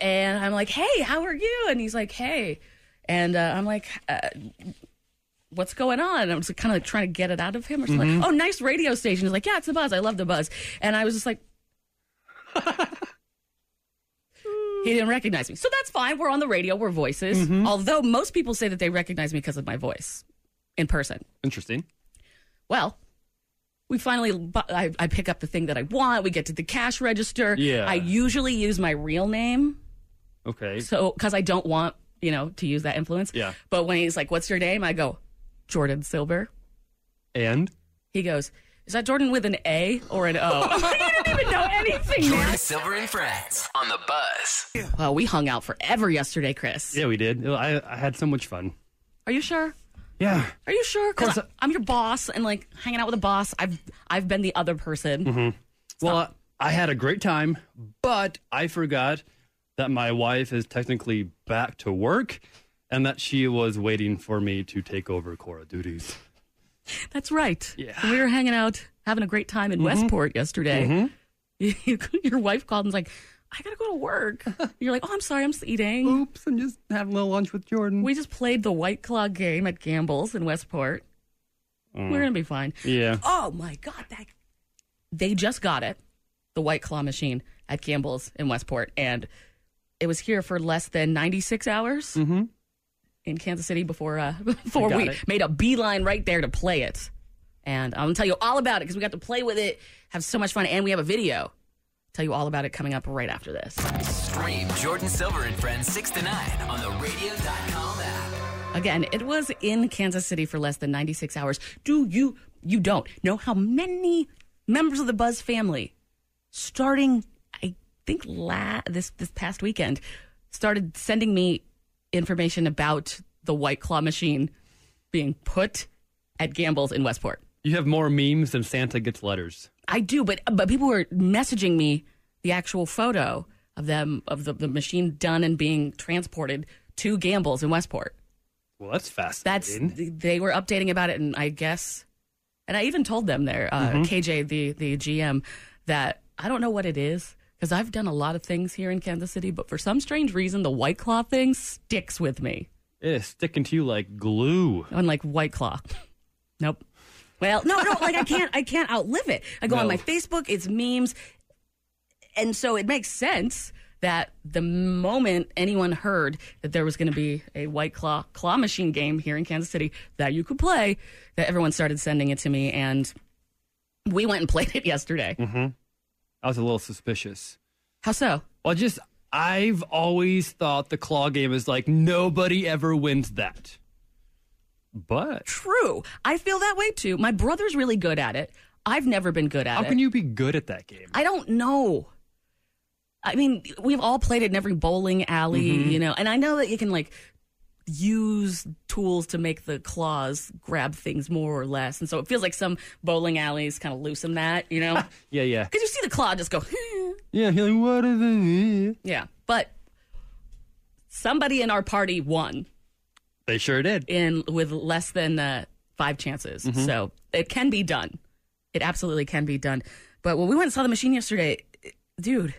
[SPEAKER 2] And I'm like, hey, how are you? And he's like, hey. And uh, I'm like, uh, what's going on? And I'm just kind of like trying to get it out of him or something. Like, oh, nice radio station. He's like, yeah, it's the buzz. I love the buzz. And I was just like, he didn't recognize me. So that's fine. We're on the radio, we're voices. Although most people say that they recognize me because of my voice in person.
[SPEAKER 3] Interesting.
[SPEAKER 2] Well, we finally, bu- I, I pick up the thing that I want. We get to the cash register.
[SPEAKER 3] Yeah.
[SPEAKER 2] I usually use my real name.
[SPEAKER 3] Okay.
[SPEAKER 2] So, because I don't want, you know, to use that influence.
[SPEAKER 3] Yeah.
[SPEAKER 2] But when he's like, what's your name? I go, Jordan Silver.
[SPEAKER 3] And
[SPEAKER 2] He goes, is that Jordan with an A or an O? you didn't even know anything, man.
[SPEAKER 4] Jordan Silver and Friends on the Buzz.
[SPEAKER 2] Well, we hung out forever yesterday, Chris.
[SPEAKER 3] yeah, we did. I, I had so much fun.
[SPEAKER 2] Are you sure?
[SPEAKER 3] Yeah.
[SPEAKER 2] Are you sure? Because
[SPEAKER 3] Course,
[SPEAKER 2] I'm your boss, and like hanging out with a boss, I've I've been the other person.
[SPEAKER 3] Well, I I had a great time, but I forgot that my wife is technically back to work and that she was waiting for me to take over Cora duties.
[SPEAKER 2] That's right.
[SPEAKER 3] Yeah.
[SPEAKER 2] We were hanging out, having a great time in Westport yesterday. Your wife called and's like, I got to go to work. You're like, oh, I'm sorry, I'm just eating.
[SPEAKER 3] Oops, I'm just having a little lunch with Jordan.
[SPEAKER 2] We just played the White Claw game at Gamble's in Westport. We're going to be fine.
[SPEAKER 3] yeah.
[SPEAKER 2] Oh, my God. That... They just got it, the White Claw machine at Gamble's in Westport. And it was here for less than 96 hours in Kansas City before, uh, before
[SPEAKER 3] Mm-hmm.
[SPEAKER 2] we
[SPEAKER 3] got it.
[SPEAKER 2] made a beeline right there to play it. And I'm going to tell you all about it because we got to play with it, have so much fun, and we have a video. Tell you all about it coming up right after this.
[SPEAKER 4] Stream Jordan Silver and Friends 6 to 9 on the radio.com app.
[SPEAKER 2] Again, it was in Kansas City for less than 96 hours. Do you you don't know how many members of the Buzz family starting I think la- this this past weekend started sending me information about the White Claw machine being put at Gamble's in Westport.
[SPEAKER 3] You have more memes than Santa gets letters.
[SPEAKER 2] I do, but but people were messaging me the actual photo of them of the, the machine done and being transported to Gamble's in Westport.
[SPEAKER 3] Well, that's
[SPEAKER 2] That's
[SPEAKER 3] fascinating.
[SPEAKER 2] they were updating about it, and I guess, and I even told them there, uh, KJ, the the GM, that I don't know what it is because I've done a lot of things here in Kansas City, but for some strange reason, the White Claw thing sticks with me.
[SPEAKER 3] It is sticking to you like glue.
[SPEAKER 2] Unlike White Claw, nope. Well, no, no, like I can't, I can't outlive it. I go on
[SPEAKER 3] No.
[SPEAKER 2] my Facebook, it's memes, and so it makes sense that the moment anyone heard that there was going to be a white claw claw machine game here in Kansas City that you could play, that everyone started sending it to me, and we went and played it yesterday.
[SPEAKER 3] Mm-hmm. I was a little suspicious.
[SPEAKER 2] How so?
[SPEAKER 3] Well, just I've always thought the claw game is like nobody ever wins that. But
[SPEAKER 2] True. I feel that way too. My brother's really good at it. I've never been good at
[SPEAKER 3] how
[SPEAKER 2] it.
[SPEAKER 3] can you be good at that game?
[SPEAKER 2] I don't know. I mean, we've all played it in every bowling alley, you know, and I know that you can like use tools to make the claws grab things more or less. And so it feels like some bowling alleys kind of loosen that, you know, because
[SPEAKER 3] Yeah, yeah,
[SPEAKER 2] you see the claw just go,
[SPEAKER 3] yeah. You're like, what is it?
[SPEAKER 2] yeah. But somebody in our party won
[SPEAKER 3] They sure did.
[SPEAKER 2] in with less than uh, five chances. So it can be done. It absolutely can be done. But when we went and saw the machine yesterday, it- dude,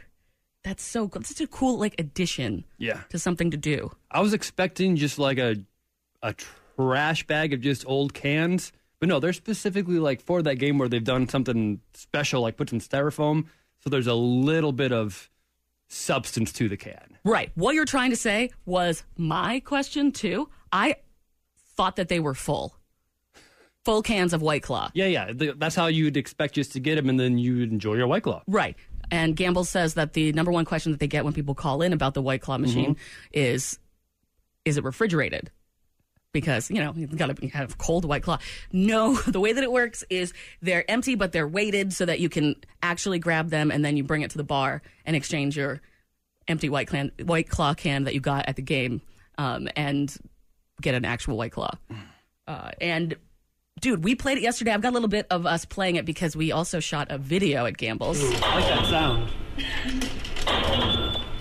[SPEAKER 2] that's so cool. That's such a cool like addition
[SPEAKER 3] Yeah,
[SPEAKER 2] to something to do.
[SPEAKER 3] I was expecting just like a a trash bag of just old cans, but no, they're specifically like for that game where they've done something special, like put some styrofoam, so there's a little bit of substance to the can.
[SPEAKER 2] Right. What you're trying to say was my question too. I thought that they were full, full cans of White Claw.
[SPEAKER 3] Yeah, yeah. th- That's how you'd expect just to get them, and then you enjoy your white claw.
[SPEAKER 2] Right. And Gamble says that the number one question that they get when people call in about the White Claw machine is, is it refrigerated? Because, you know, you've got to have cold White Claw. No, the way that it works is they're empty, but they're weighted so that you can actually grab them and then you bring it to the bar and exchange your empty White, clan, white Claw can that you got at the game um, and get an actual White Claw. Uh, and dude, we played it yesterday. I've got a little bit of us playing it because we also shot a video at Gamble's.
[SPEAKER 10] I like that sound.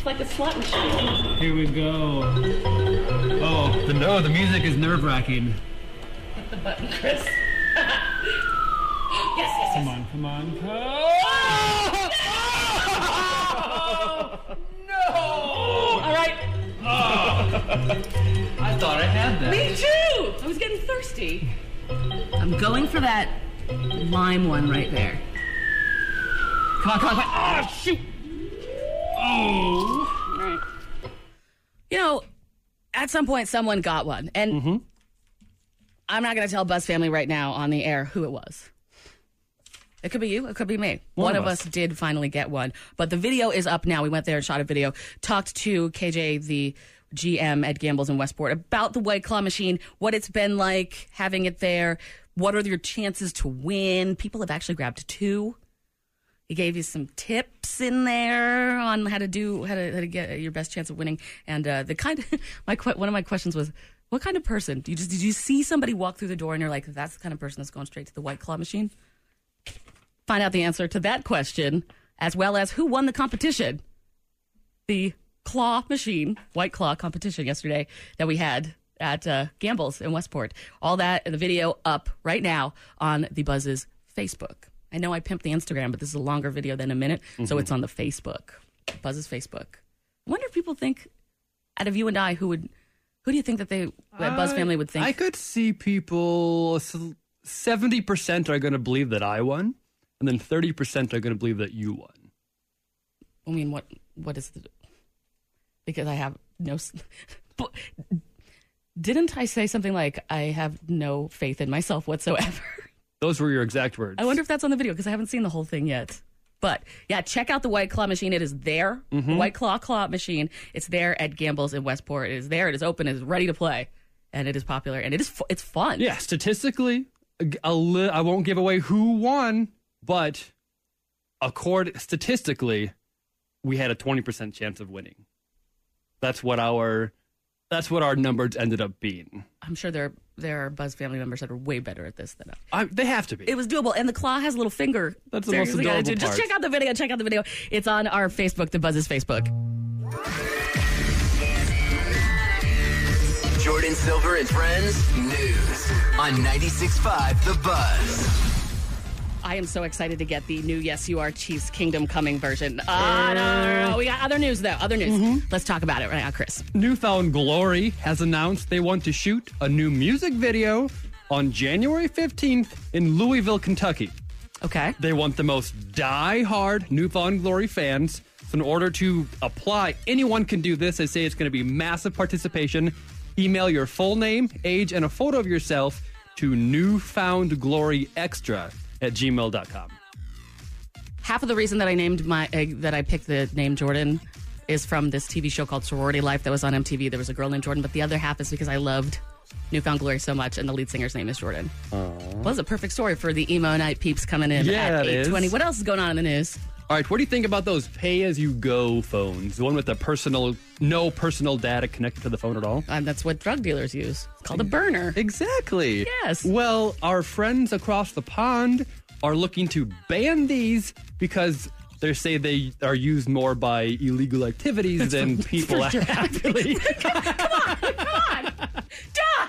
[SPEAKER 2] like a slot machine.
[SPEAKER 10] Here we go. Oh, the no, the music is nerve wracking.
[SPEAKER 2] The button, Chris. yes, yes, yes.
[SPEAKER 10] Come on, come on, come on.
[SPEAKER 2] All right.
[SPEAKER 10] I thought I had that.
[SPEAKER 2] Me too. I was getting thirsty. I'm going for that lime one right there. Come on, come on, come on. Oh, shoot.
[SPEAKER 10] Oh.
[SPEAKER 2] All right. You know, at some point, someone got one. And I'm not going to tell Buzz Family right now on the air who it was. It could be you. It could be me. One, of us. did finally get one, but the video is up now. We went there and shot a video. Talked to KJ, the GM at Gambles in Westport, about the White Claw machine, what it's been like having it there. What are your chances to win? People have actually grabbed two. He gave you some tips in there on how to do how to, how to get your best chance of winning. And uh, the kind my que- one of my questions was, what kind of person do you just did you see somebody walk through the door and you're like, that's the kind of person that's going straight to the white claw machine? Find out the answer to that question, as well as who won the competition, the claw machine white claw competition yesterday that we had at uh, Gambles in Westport. All that and the video up right now on the Buzz's Facebook. I know I pimped the Instagram, but this is a longer video than a minute,
[SPEAKER 3] Mm-hmm.
[SPEAKER 2] so it's on the Facebook, Buzz's Facebook. I wonder if people think, out of you and I, who would, who do you think that they, that Buzz family would think?
[SPEAKER 3] I could see people. Seventy percent are going to believe that I won, and then thirty percent are going to believe that you won.
[SPEAKER 2] I mean, what what is the? Because I have no. s- But didn't I say something like I have no faith in myself whatsoever?
[SPEAKER 3] Those were your exact words.
[SPEAKER 2] I wonder if that's on the video because I haven't seen the whole thing yet. But yeah, check out the White Claw machine. It is there. The White Claw Claw machine. It's there at Gamble's in Westport. It is there. It is open. It is ready to play, and it is popular. And it is fu- it's fun.
[SPEAKER 3] Yeah, statistically, a g- a li- I won't give away who won, but accord statistically, we had a twenty percent chance of winning. That's what our that's what our numbers ended up being.
[SPEAKER 2] I'm sure there there are Buzz family members that are way better at this than us.
[SPEAKER 3] I, they have to be.
[SPEAKER 2] it was doable. And the claw has a little finger.
[SPEAKER 3] That's the most
[SPEAKER 2] Seriously, guys,
[SPEAKER 3] adorable
[SPEAKER 2] Just
[SPEAKER 3] part.
[SPEAKER 2] check out the video. Check out the video. It's on our Facebook, The Buzz's Facebook.
[SPEAKER 4] Jordan's Silver and Friends News on 96.5 The Buzz.
[SPEAKER 2] I am so excited to get the new Yes You Are Chiefs Kingdom Coming version. Ah, no, no, no, We got other news, though. Other news.
[SPEAKER 3] Mm-hmm.
[SPEAKER 2] Let's talk about it right now, Chris.
[SPEAKER 3] Newfound Glory has announced they want to shoot a new music video on January 15th in Louisville, Kentucky.
[SPEAKER 2] Okay.
[SPEAKER 3] They want the most die-hard Newfound Glory fans. So in order to apply, anyone can do this. They say it's going to be massive participation. Email your full name, age, and a photo of yourself to newfoundgloryextra at gmail.com.
[SPEAKER 2] half of the reason that I named my uh, that I picked the name Jordan is from this TV show called Sorority Life that was on MTV. There was a girl named Jordan, but the other half is because I loved Newfound Glory so much, and the lead singer's name is Jordan. Was a perfect story for the emo night peeps coming in
[SPEAKER 3] Yeah,
[SPEAKER 2] at
[SPEAKER 3] it is.
[SPEAKER 2] eight twenty. What else is going on in the news?
[SPEAKER 3] All right, what do you think about those pay-as-you-go phones? The one with the personal, no personal data connected to the phone at all?
[SPEAKER 2] Um, that's what drug dealers use. It's called a burner.
[SPEAKER 3] Exactly.
[SPEAKER 2] Yes.
[SPEAKER 3] Well, our friends across the pond are looking to ban these because they say they are used more by illegal activities than people actually.
[SPEAKER 2] Duh,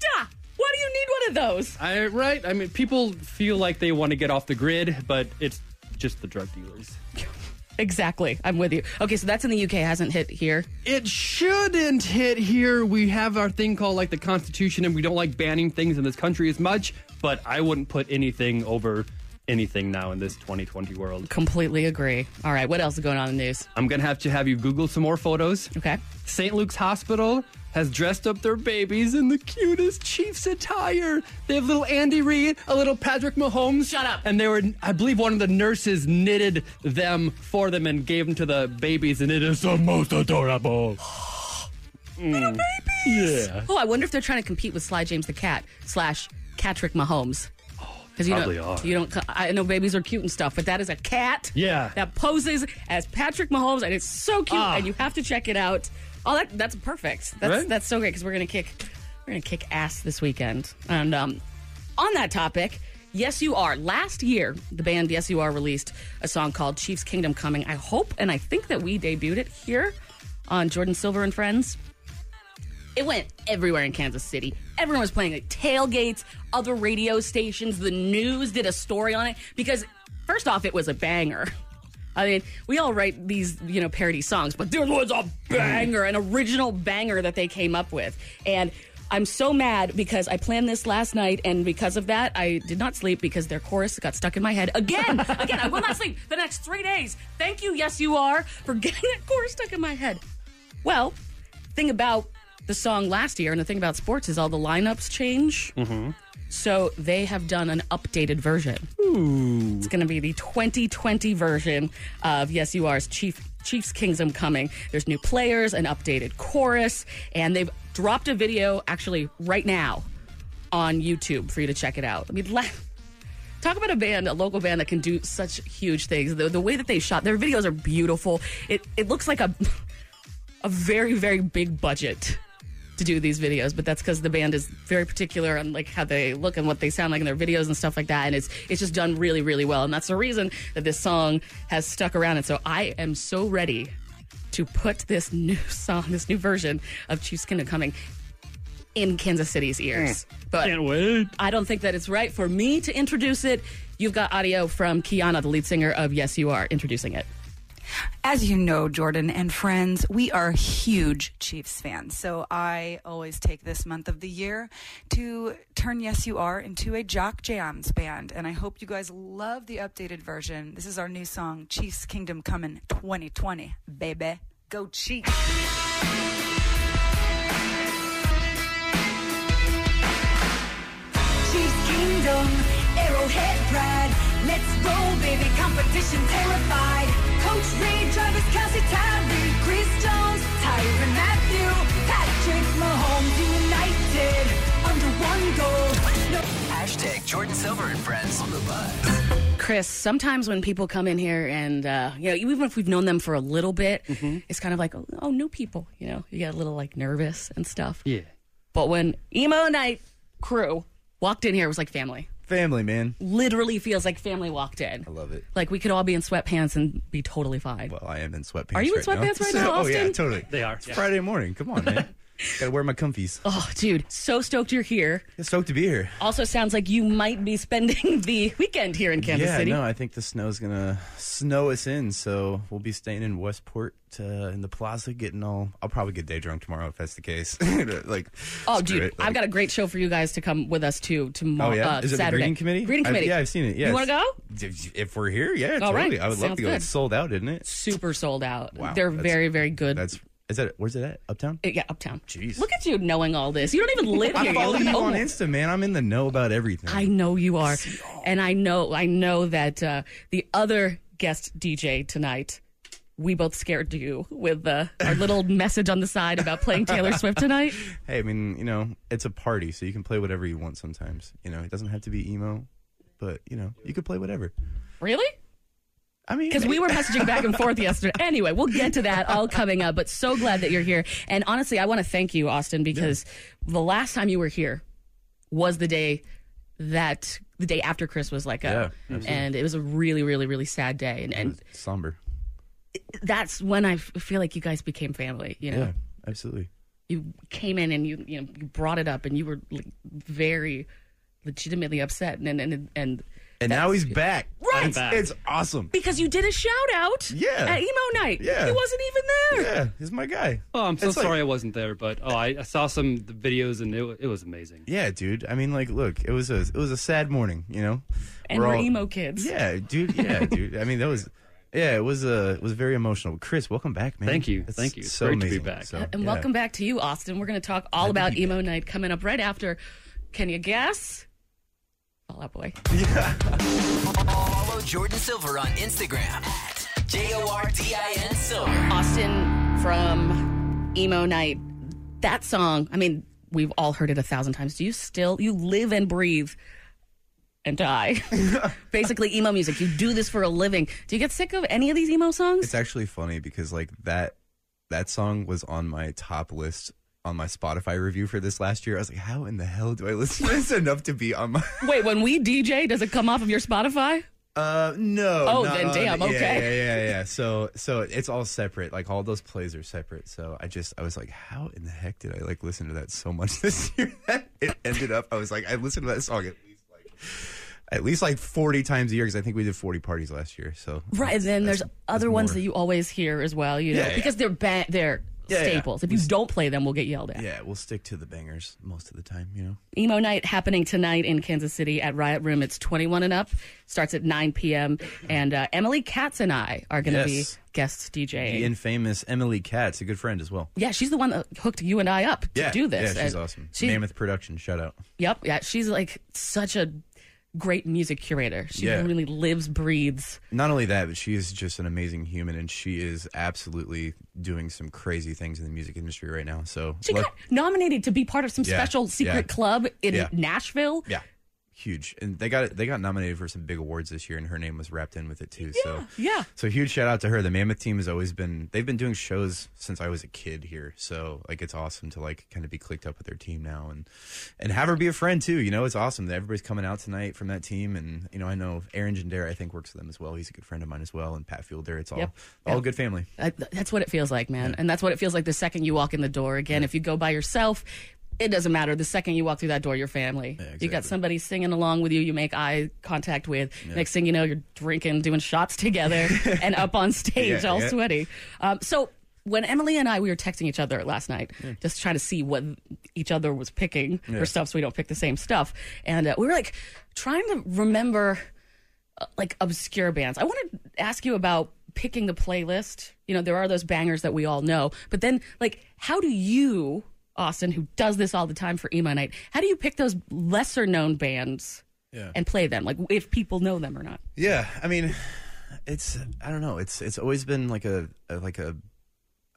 [SPEAKER 2] duh. Why do you need one of those?
[SPEAKER 3] I, right? I mean, people feel like they want to get off the grid, but it's just the drug dealers.
[SPEAKER 2] Exactly. I'm with you. Okay, so that's in the UK. Hasn't hit here.
[SPEAKER 3] It shouldn't hit here. We have our thing called like the Constitution, and we don't like banning things in this country as much. But I wouldn't put anything over anything now in this 2020 world.
[SPEAKER 2] Completely agree. All right. What else is going on in the news?
[SPEAKER 3] I'm gonna have to have you Google some more photos.
[SPEAKER 2] Okay.
[SPEAKER 3] St. Luke's Hospital has dressed up their babies in the cutest Chiefs attire. They have little Andy Reid, a little Patrick Mahomes.
[SPEAKER 2] Shut up.
[SPEAKER 3] And they were, I believe, one of the nurses knitted them for them and gave them to the babies, and it is the most adorable. Yeah.
[SPEAKER 2] Oh, I wonder if they're trying to compete with Sly James the Cat slash Catrick Mahomes. Because you
[SPEAKER 3] Oh, probably
[SPEAKER 2] don't,
[SPEAKER 3] are.
[SPEAKER 2] you don't. I know babies are cute and stuff, but that is a cat.
[SPEAKER 3] Yeah.
[SPEAKER 2] That poses as Patrick Mahomes, and it's so cute,
[SPEAKER 3] Ah.
[SPEAKER 2] and you have to check it out. Oh, that that's perfect. That's
[SPEAKER 3] Right?
[SPEAKER 2] that's so great because we're gonna kick, we're gonna kick ass this weekend. And um, on that topic, yes, you are. Last year, the band Yes You Are released a song called Chiefs Kingdom Coming. I hope and I think that we debuted it here on Jordan Silver and Friends. It went everywhere in Kansas City. Everyone was playing it. Tailgates, other radio stations, the news did a story on it because, first off, it was a banger. I mean, we all write these, you know, parody songs, but there was a banger, an original banger that they came up with. And I'm so mad because I planned this last night, and because of that, I did not sleep because their chorus got stuck in my head again. again, I will not sleep the next three days. Thank you, yes, you are, for getting that chorus stuck in my head. Well, thing about the song last year and the thing about sports is all the lineups change. Mm-hmm. So they have done an updated version. It's going to be the 2020 version of Yes You Are's Chief Chiefs Kingdom Coming. There's new players, an updated chorus, and they've dropped a video actually right now on YouTube for you to check it out. I mean, la- talk about a band, a local band that can do such huge things. The, the way that they shot their videos are beautiful. It it looks like a a very very big budget to do these videos, but that's because the band is very particular on like how they look and what they sound like in their videos and stuff like that. And it's it's just done really really well, and that's the reason that this song has stuck around. And so I am so ready to put this new song, this new version of Chiefs Kingdom coming in Kansas City's ears. But
[SPEAKER 3] Can't wait.
[SPEAKER 2] I don't think that it's right for me to introduce it. You've got audio from Kiana, the lead singer of Yes You Are, introducing it.
[SPEAKER 11] As you know, Jordan and friends, we are huge Chiefs fans. So I always take this month of the year to turn Yes You Are into a Jock Jams band. And I hope you guys love the updated version. This is our new song, Chiefs Kingdom Coming 2020, baby. Go Chiefs. Chiefs Kingdom, Arrowhead Pride. Let's roll, baby, competition terrified. Coach Reed, Travis Kelsey, Tyree, Chris Jones, Tyron Matthew, Patrick Mahomes, united under one goal.
[SPEAKER 4] Hashtag Jordan Silver and Friends on The Buzz.
[SPEAKER 2] Chris, sometimes when people come in here and, uh, you know, even if we've known them for a little bit, it's kind of like, oh, oh, new people, you know, you get a little like nervous and stuff.
[SPEAKER 3] Yeah.
[SPEAKER 2] But when Emo Night crew walked in here, it was like family.
[SPEAKER 12] Family, man.
[SPEAKER 2] Literally feels like family walked in. I
[SPEAKER 12] love it.
[SPEAKER 2] Like we could all be in sweatpants and be totally fine.
[SPEAKER 12] Well, Oh, I am in sweatpants.
[SPEAKER 2] Are you in
[SPEAKER 12] right now.
[SPEAKER 2] sweatpants right now,
[SPEAKER 12] oh yeah,
[SPEAKER 2] Austin?
[SPEAKER 12] totally.
[SPEAKER 3] They are,
[SPEAKER 12] It's
[SPEAKER 3] yeah.
[SPEAKER 12] Friday morning. Come on, man. Gotta wear my comfies.
[SPEAKER 2] Oh, dude, so stoked you're here.
[SPEAKER 12] Stoked to be here.
[SPEAKER 2] Also, sounds like you might be spending the weekend here in Kansas
[SPEAKER 12] yeah,
[SPEAKER 2] City.
[SPEAKER 12] no, I think the snow's gonna snow us in, so we'll be staying in Westport uh, in the plaza, getting all. I'll probably get day drunk tomorrow if that's the case. like,
[SPEAKER 2] Oh,
[SPEAKER 12] screw
[SPEAKER 2] dude,
[SPEAKER 12] it,
[SPEAKER 2] I've
[SPEAKER 12] like-
[SPEAKER 2] got a great show for you guys to come with us to tomorrow.
[SPEAKER 12] Oh yeah,
[SPEAKER 2] uh,
[SPEAKER 12] is it
[SPEAKER 2] Saturday.
[SPEAKER 12] the Green Committee?
[SPEAKER 2] Green
[SPEAKER 12] I've-
[SPEAKER 2] committee.
[SPEAKER 12] yeah, I've seen it. Yeah,
[SPEAKER 2] you want to
[SPEAKER 12] it's-
[SPEAKER 2] go?
[SPEAKER 12] If- If we're here, yeah,
[SPEAKER 2] All right,
[SPEAKER 12] totally. I would love
[SPEAKER 2] sounds
[SPEAKER 12] to go. It's
[SPEAKER 2] good.
[SPEAKER 12] sold out, isn't it?
[SPEAKER 2] Super sold out.
[SPEAKER 12] Wow,
[SPEAKER 2] They're
[SPEAKER 12] that's-
[SPEAKER 2] very, very good. That's
[SPEAKER 12] Is that where's it at? Uptown.
[SPEAKER 2] yeah, uptown.
[SPEAKER 12] Jeez.
[SPEAKER 2] Look at you knowing all this. You don't even live here.
[SPEAKER 12] I follow
[SPEAKER 2] You
[SPEAKER 12] you
[SPEAKER 2] know
[SPEAKER 12] on
[SPEAKER 2] it.
[SPEAKER 12] Insta, man. I'm in the know about everything.
[SPEAKER 2] I know you are, and I know I know that uh, the other guest DJ tonight. We both scared you with uh, our little message on the side about playing Taylor Swift tonight.
[SPEAKER 12] Hey, I mean, you know, it's a party, so you can play whatever you want. Sometimes, you know, it doesn't have to be emo, but you know, you could play whatever.
[SPEAKER 2] Really?
[SPEAKER 12] I mean,
[SPEAKER 2] because we were messaging back and forth yesterday. Anyway, we'll get to that all coming up. But so glad that you're here. And honestly, I want to thank you, Austin, because the last time you were here was the day that the day after Chris was let go,
[SPEAKER 12] Yeah, absolutely.
[SPEAKER 2] and it was a really, really, really sad day. And, and
[SPEAKER 12] Somber.
[SPEAKER 2] that's when I f- feel like you guys became family. You know,
[SPEAKER 12] Yeah, absolutely.
[SPEAKER 2] you came in and you you know you brought it up, and you were like, very legitimately upset, and and and.
[SPEAKER 12] And now he's back.
[SPEAKER 2] Right.
[SPEAKER 12] It's, it's awesome.
[SPEAKER 2] Because you did a shout out
[SPEAKER 12] Yeah.
[SPEAKER 2] at emo night.
[SPEAKER 12] Yeah.
[SPEAKER 2] He wasn't even there.
[SPEAKER 12] Yeah, he's my guy.
[SPEAKER 3] Oh, I'm so
[SPEAKER 12] It's like-
[SPEAKER 3] sorry I wasn't there, but oh, I, I saw some of the videos and it, wa- it was amazing.
[SPEAKER 12] Yeah, dude. I mean, like, look, it was a it was a sad morning, you know.
[SPEAKER 2] And we're emo kids.
[SPEAKER 12] Yeah, dude. Yeah, dude. I mean, that was. Yeah, it was uh, it was very emotional. Chris, welcome back, man.
[SPEAKER 3] Thank you.
[SPEAKER 12] It's
[SPEAKER 3] Thank you. It's
[SPEAKER 12] So
[SPEAKER 3] great to be
[SPEAKER 12] amazing.
[SPEAKER 3] back. Uh,
[SPEAKER 12] So,
[SPEAKER 2] And
[SPEAKER 12] yeah.
[SPEAKER 2] welcome back to you, Austin. We're going to talk all about emo night coming up right after. Can you guess? Fall Out Boy.
[SPEAKER 4] Follow Jordan Silver on Instagram at J O R D I N Silver.
[SPEAKER 2] Austin from Emo Night. That song, I mean, we've all heard it a thousand times. Do you still, you live and breathe and die? Basically, emo music. You do this for a living. Do you get sick of any of these emo songs?
[SPEAKER 12] It's actually funny because like that that song was on my top list on my Spotify review for this last year. I was like, how in the hell do I listen to this enough to be on my?
[SPEAKER 2] Wait, when we DJ, does it come off of your Spotify?
[SPEAKER 12] Uh, no.
[SPEAKER 2] Oh,
[SPEAKER 12] not
[SPEAKER 2] then
[SPEAKER 12] on-
[SPEAKER 2] damn,
[SPEAKER 12] yeah,
[SPEAKER 2] okay.
[SPEAKER 12] Yeah, yeah, yeah, So, so it's all separate. Like all those plays are separate. So I just, I was like, how in the heck did I like listen to that so much this year that it ended up? I was like, I listened to that song at least like, at least like forty times a year because I think we did forty parties last year. So
[SPEAKER 2] Right, and then there's other ones
[SPEAKER 12] more.
[SPEAKER 2] that you always hear as well, you know,
[SPEAKER 12] Yeah, yeah.
[SPEAKER 2] because they're ba- they're
[SPEAKER 12] Yeah, yeah.
[SPEAKER 2] staples. If you don't play them, we'll get yelled at.
[SPEAKER 12] yeah, we'll stick to the bangers most of the time. You know.
[SPEAKER 2] Emo night happening tonight in Kansas City at Riot Room. It's 21 and up. Starts at 9 p.m. And uh, Emily Katz and I are going to
[SPEAKER 12] Yes.
[SPEAKER 2] be guests DJing.
[SPEAKER 12] The infamous Emily Katz, a good friend as well.
[SPEAKER 2] yeah, she's the one that hooked you and I up to
[SPEAKER 12] yeah,
[SPEAKER 2] do this.
[SPEAKER 12] Yeah, she's
[SPEAKER 2] And
[SPEAKER 12] awesome.
[SPEAKER 2] she's-
[SPEAKER 12] Mammoth Production, shout out.
[SPEAKER 2] Yep. Yeah, she's like such a great music curator. She
[SPEAKER 12] Yeah.
[SPEAKER 2] really lives, breathes.
[SPEAKER 12] Not only that, but she is just an amazing human, and she is absolutely doing some crazy things in the music industry right now. So
[SPEAKER 2] She
[SPEAKER 12] luck-
[SPEAKER 2] got nominated to be part of some
[SPEAKER 12] Yeah,
[SPEAKER 2] special secret
[SPEAKER 12] yeah.
[SPEAKER 2] club in
[SPEAKER 12] Yeah.
[SPEAKER 2] Nashville.
[SPEAKER 12] yeah, huge, and they got they got nominated for some big awards this year, and her name was wrapped in with it too. So
[SPEAKER 2] Yeah.
[SPEAKER 12] So huge shout out to her. The Mammoth team has always been they've been doing shows since I was a kid here. So like it's awesome to like kind of be clicked up with their team now and and have her be a friend too. You know, it's awesome that everybody's coming out tonight from that team and you know, I know Aaron Jandera I think works with them as well. He's a good friend of mine as well and Pat Fielder. It's all
[SPEAKER 2] Yep.
[SPEAKER 12] all
[SPEAKER 2] Yep.
[SPEAKER 12] good family.
[SPEAKER 2] Uh, th- that's what it feels like, man. And that's what it feels like the second you walk in the door. Again, if you go by yourself, it doesn't matter. The second you walk through that door, your family. You got somebody singing along with you, you make eye contact with. Next thing you know, you're drinking, doing shots together, and up on stage
[SPEAKER 13] Yeah,
[SPEAKER 2] all
[SPEAKER 13] yeah.
[SPEAKER 2] sweaty. Um, so when Emily and I, we were texting each other last night, just trying to see what each other was picking
[SPEAKER 13] Yeah.
[SPEAKER 2] for stuff so we don't pick the same stuff. And uh, we were like trying to remember uh, like obscure bands. I want to ask you about picking the playlist. You know, there are those bangers that we all know, but then like how do you, Austin, who does this all the time for emo night, how do you pick those lesser known bands
[SPEAKER 12] Yeah.
[SPEAKER 2] and play them? Like if people know them or not.
[SPEAKER 12] Yeah, I mean, it's I don't know. It's it's always been like a, a like a.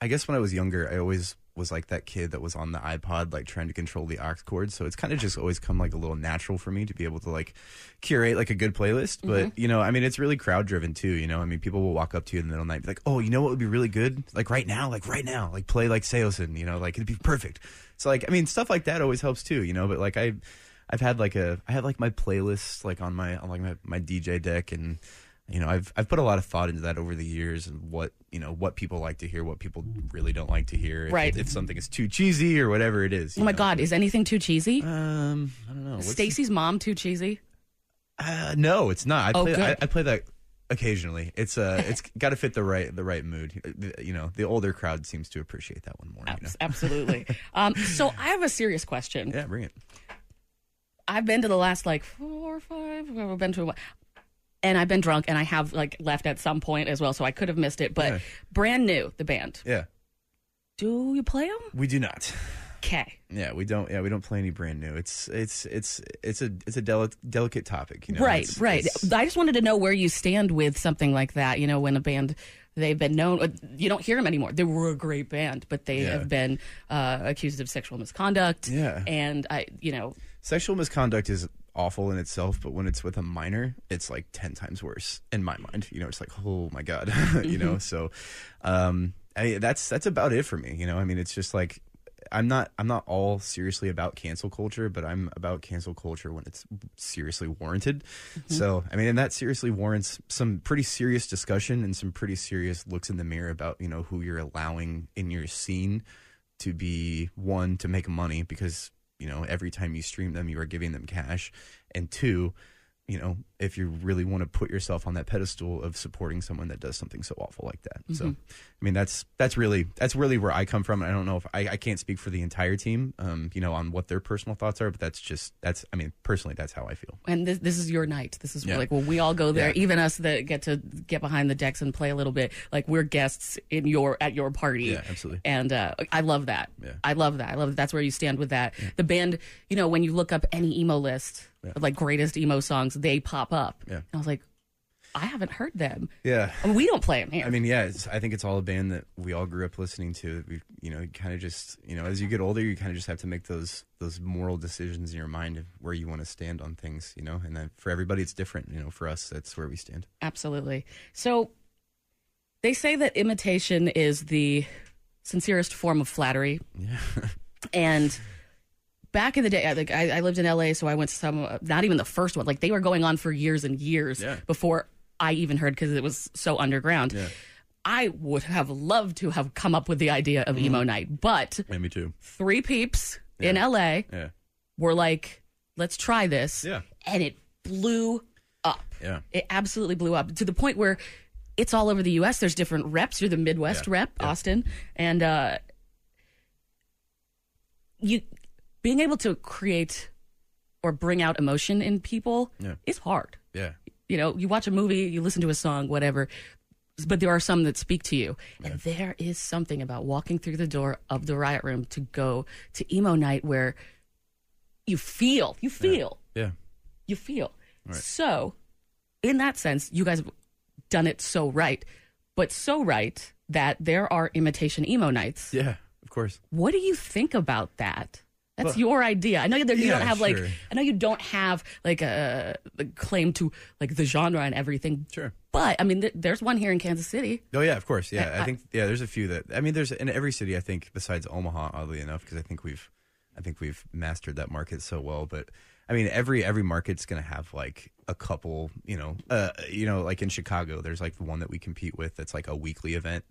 [SPEAKER 12] I guess when I was younger, I always was like that kid that was on the iPod, like trying to control the aux cord. So it's kind of just always come like a little natural for me to be able to like curate like a good playlist. But
[SPEAKER 14] Mhm.
[SPEAKER 12] you know, I mean, it's really crowd driven too. You know, I mean, people will walk up to you in the middle of the night, and be like, "Oh, you know what would be really good? Like right now, like right now, like play like Seosin. You know, like it'd be perfect." So like, I mean, stuff like that always helps too. You know, but like I. I've had like a I have like my playlist like on my on like my, my DJ deck and you know I've I've put a lot of thought into that over the years and what you know what people like to hear, what people really don't like to hear. If-
[SPEAKER 2] Right.
[SPEAKER 12] If, something is too cheesy or whatever it is.
[SPEAKER 2] Oh my God, is anything too cheesy?
[SPEAKER 12] Um, I don't know. What's-
[SPEAKER 2] Stacy's mom too cheesy?
[SPEAKER 12] Uh, no, it's not. I
[SPEAKER 2] Oh,
[SPEAKER 12] play,
[SPEAKER 2] good.
[SPEAKER 12] I, I play that occasionally. It's uh, it's got to fit the right the right mood. Uh, The- You know, the older crowd seems to appreciate that one more. you know?
[SPEAKER 2] Absolutely. um, so I have a serious question.
[SPEAKER 12] Yeah, bring it.
[SPEAKER 2] I've been to the last like four or five. I've been to, a, and I've been drunk, and I have like left at some point as well, so I could have missed it. But
[SPEAKER 12] Yeah.
[SPEAKER 2] brand new, the band.
[SPEAKER 12] Yeah,
[SPEAKER 2] Do you play them?
[SPEAKER 12] we do not.
[SPEAKER 2] Okay.
[SPEAKER 12] Yeah, we don't. Yeah, we don't play any brand new. It's it's it's it's a it's a deli- delicate topic. You know?
[SPEAKER 2] right,
[SPEAKER 12] It's-
[SPEAKER 2] right.
[SPEAKER 12] it's-
[SPEAKER 2] I just wanted to know where you stand with something like that. You know, when a band they've been known, uh, you don't hear them anymore. They were a great band, but they
[SPEAKER 12] Yeah.
[SPEAKER 2] have been uh, accused of sexual misconduct.
[SPEAKER 12] Yeah.
[SPEAKER 2] and I, you know,
[SPEAKER 12] Sexual misconduct is awful in itself, but when it's with a minor, it's like 10 times worse in my mind. You know, it's like, oh my God, you know?
[SPEAKER 13] Mhm.
[SPEAKER 12] So, um, I, that's, that's about it for me. You know, I mean, it's just like, I'm not, I'm not all seriously about cancel culture, but I'm about cancel culture when it's seriously warranted. So, I mean, and that seriously warrants some pretty serious discussion and some pretty serious looks in the mirror about, you know, who you're allowing in your scene to be one to make money because you know every time you stream them you are giving them cash and two you know if you really want to put yourself on that pedestal of supporting someone that does something so awful like that so
[SPEAKER 13] Mhm.
[SPEAKER 12] i mean that's that's really that's really where i come from i don't know if i, I can't speak for the entire team um, you know on what their personal thoughts are but that's just that's i mean personally that's how i feel
[SPEAKER 2] and this, this is your night. This is
[SPEAKER 12] Yeah.
[SPEAKER 2] like, well, we all go there.
[SPEAKER 12] Yeah.
[SPEAKER 2] Even us that get to get behind the decks and play a little bit, like we're guests in your at your party.
[SPEAKER 12] Yeah, absolutely.
[SPEAKER 2] And uh, I love that.
[SPEAKER 12] Yeah.
[SPEAKER 2] I love that. I love that. That's where you stand with that. The band, you know, when you look up any emo list,
[SPEAKER 12] Yeah.
[SPEAKER 2] of, like greatest emo songs, they pop up.
[SPEAKER 12] Yeah.
[SPEAKER 2] And I was like, I haven't heard them.
[SPEAKER 12] yeah
[SPEAKER 2] I mean, we don't play them here.
[SPEAKER 12] I mean, yeah, it's, I think it's all a band that we all grew up listening to. That we, you know, kind of just, you know, as you get older, you kind of just have to make those those moral decisions in your mind of where you want to stand on things, you know. And then for everybody, it's different. You know, for us, that's where we stand.
[SPEAKER 2] Absolutely. So they say that imitation is the sincerest form of flattery.
[SPEAKER 12] Yeah.
[SPEAKER 2] and back in the day, I- like I, I lived in LA, so I went to some, not even the first one. Like they were going on for years and years
[SPEAKER 14] Yeah.
[SPEAKER 2] before I even heard because it was so underground. I would have loved to have come up with the idea of emo night, but
[SPEAKER 12] Yeah, me too.
[SPEAKER 2] three peeps in LA
[SPEAKER 12] Mm-hmm. Yeah,
[SPEAKER 2] were like, let's try this.
[SPEAKER 12] Yeah.
[SPEAKER 2] And it blew up.
[SPEAKER 12] yeah,
[SPEAKER 2] It absolutely blew up to the point where it's all over the U.S. There's different reps. You're the Midwest rep, Austin, and uh, you being able to create or bring out emotion in people
[SPEAKER 12] Yeah.
[SPEAKER 2] is hard.
[SPEAKER 12] yeah,
[SPEAKER 2] You know, you watch a movie, you listen to a song, whatever, but there are some that speak to you, and there is something about walking through the door of the riot room to go to emo night where you feel, you feel
[SPEAKER 12] yeah.
[SPEAKER 2] you feel.
[SPEAKER 12] Right.
[SPEAKER 2] So, in that sense, you guys have done it so right, but so right that there are imitation emo nights.
[SPEAKER 12] Yeah, of course.
[SPEAKER 2] What do you think about that? That's
[SPEAKER 12] Well-
[SPEAKER 2] your idea. I know that you
[SPEAKER 12] Yeah,
[SPEAKER 2] don't have like
[SPEAKER 12] sure.
[SPEAKER 2] I know you don't have like a, a claim to like the genre and everything.
[SPEAKER 12] Sure.
[SPEAKER 2] But I mean, th- there's one here in Kansas City.
[SPEAKER 12] Oh yeah, of course. Yeah,
[SPEAKER 2] I-
[SPEAKER 12] I,
[SPEAKER 2] I-
[SPEAKER 12] think yeah. There's a few that I mean. There's in every city I think besides Omaha, oddly enough, because I think we've, I think we've mastered that market so well. But I mean, every every market's gonna have like a couple. You know, uh, you know, like in Chicago, there's like the one that we compete with that's like a weekly event.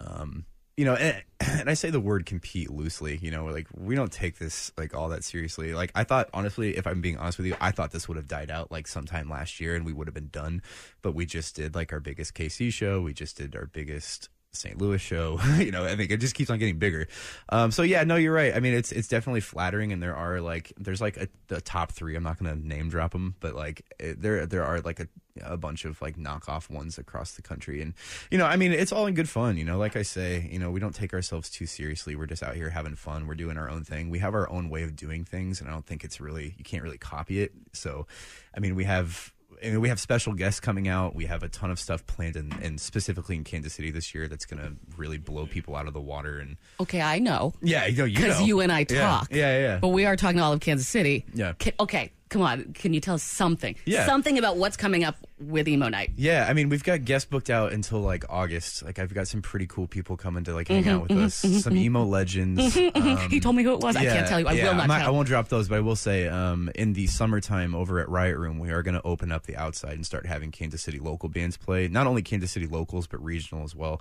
[SPEAKER 12] Um, you know, and, and I say the word compete loosely. You know, like we don't take this like all that seriously. Like I thought, honestly, if I'm being honest with you, I thought this would have died out like sometime last year, and we would have been done. But we just did like our biggest KC show. We just did our biggest St. Louis show. you know, I think it just keeps on getting bigger. Um, so yeah, no, you're right. I mean, it's it's definitely flattering, and there are like there's like a, the top three. I'm not gonna name drop them, but like it, there there are like a a bunch of like knockoff ones across the country, and you know, I mean, it's all in good fun. You know, like I say, you know, we don't take ourselves too seriously. We're just out here having fun. We're doing our own thing. We have our own way of doing things, and I don't think it's really you can't really copy it. So, I mean, we have I mean, we have special guests coming out. We have a ton of stuff planned, in, and specifically in Kansas City this year, that's going to really blow people out of the water. And
[SPEAKER 2] Okay, I know.
[SPEAKER 12] yeah, you know, you
[SPEAKER 2] Because
[SPEAKER 12] know.
[SPEAKER 2] you and I
[SPEAKER 12] Yeah,
[SPEAKER 2] talk.
[SPEAKER 12] Yeah, yeah,
[SPEAKER 2] But we are talking all of Kansas City.
[SPEAKER 12] yeah.
[SPEAKER 2] Ca- Okay, come on, can you tell us something?
[SPEAKER 12] Yeah.
[SPEAKER 2] Something about what's coming up with emo night.
[SPEAKER 12] Yeah, I mean, we've got guests booked out until like August. Like, I've got some pretty cool people coming to like hang
[SPEAKER 2] Mhm,
[SPEAKER 12] out with
[SPEAKER 2] mhm,
[SPEAKER 12] us.
[SPEAKER 2] mhm,
[SPEAKER 12] some
[SPEAKER 2] mhm.
[SPEAKER 12] emo legends.
[SPEAKER 2] Mhm, mhm.
[SPEAKER 12] um,
[SPEAKER 2] he told me who it was. I
[SPEAKER 12] yeah,
[SPEAKER 2] can't tell you. I
[SPEAKER 12] yeah,
[SPEAKER 2] will not
[SPEAKER 12] I'm I
[SPEAKER 2] tell.
[SPEAKER 12] won't drop those, but I will say, um, in the summertime over at Riot Room, we are going to open up the outside and start having Kansas City local bands play. Not only Kansas City locals, but regional as well.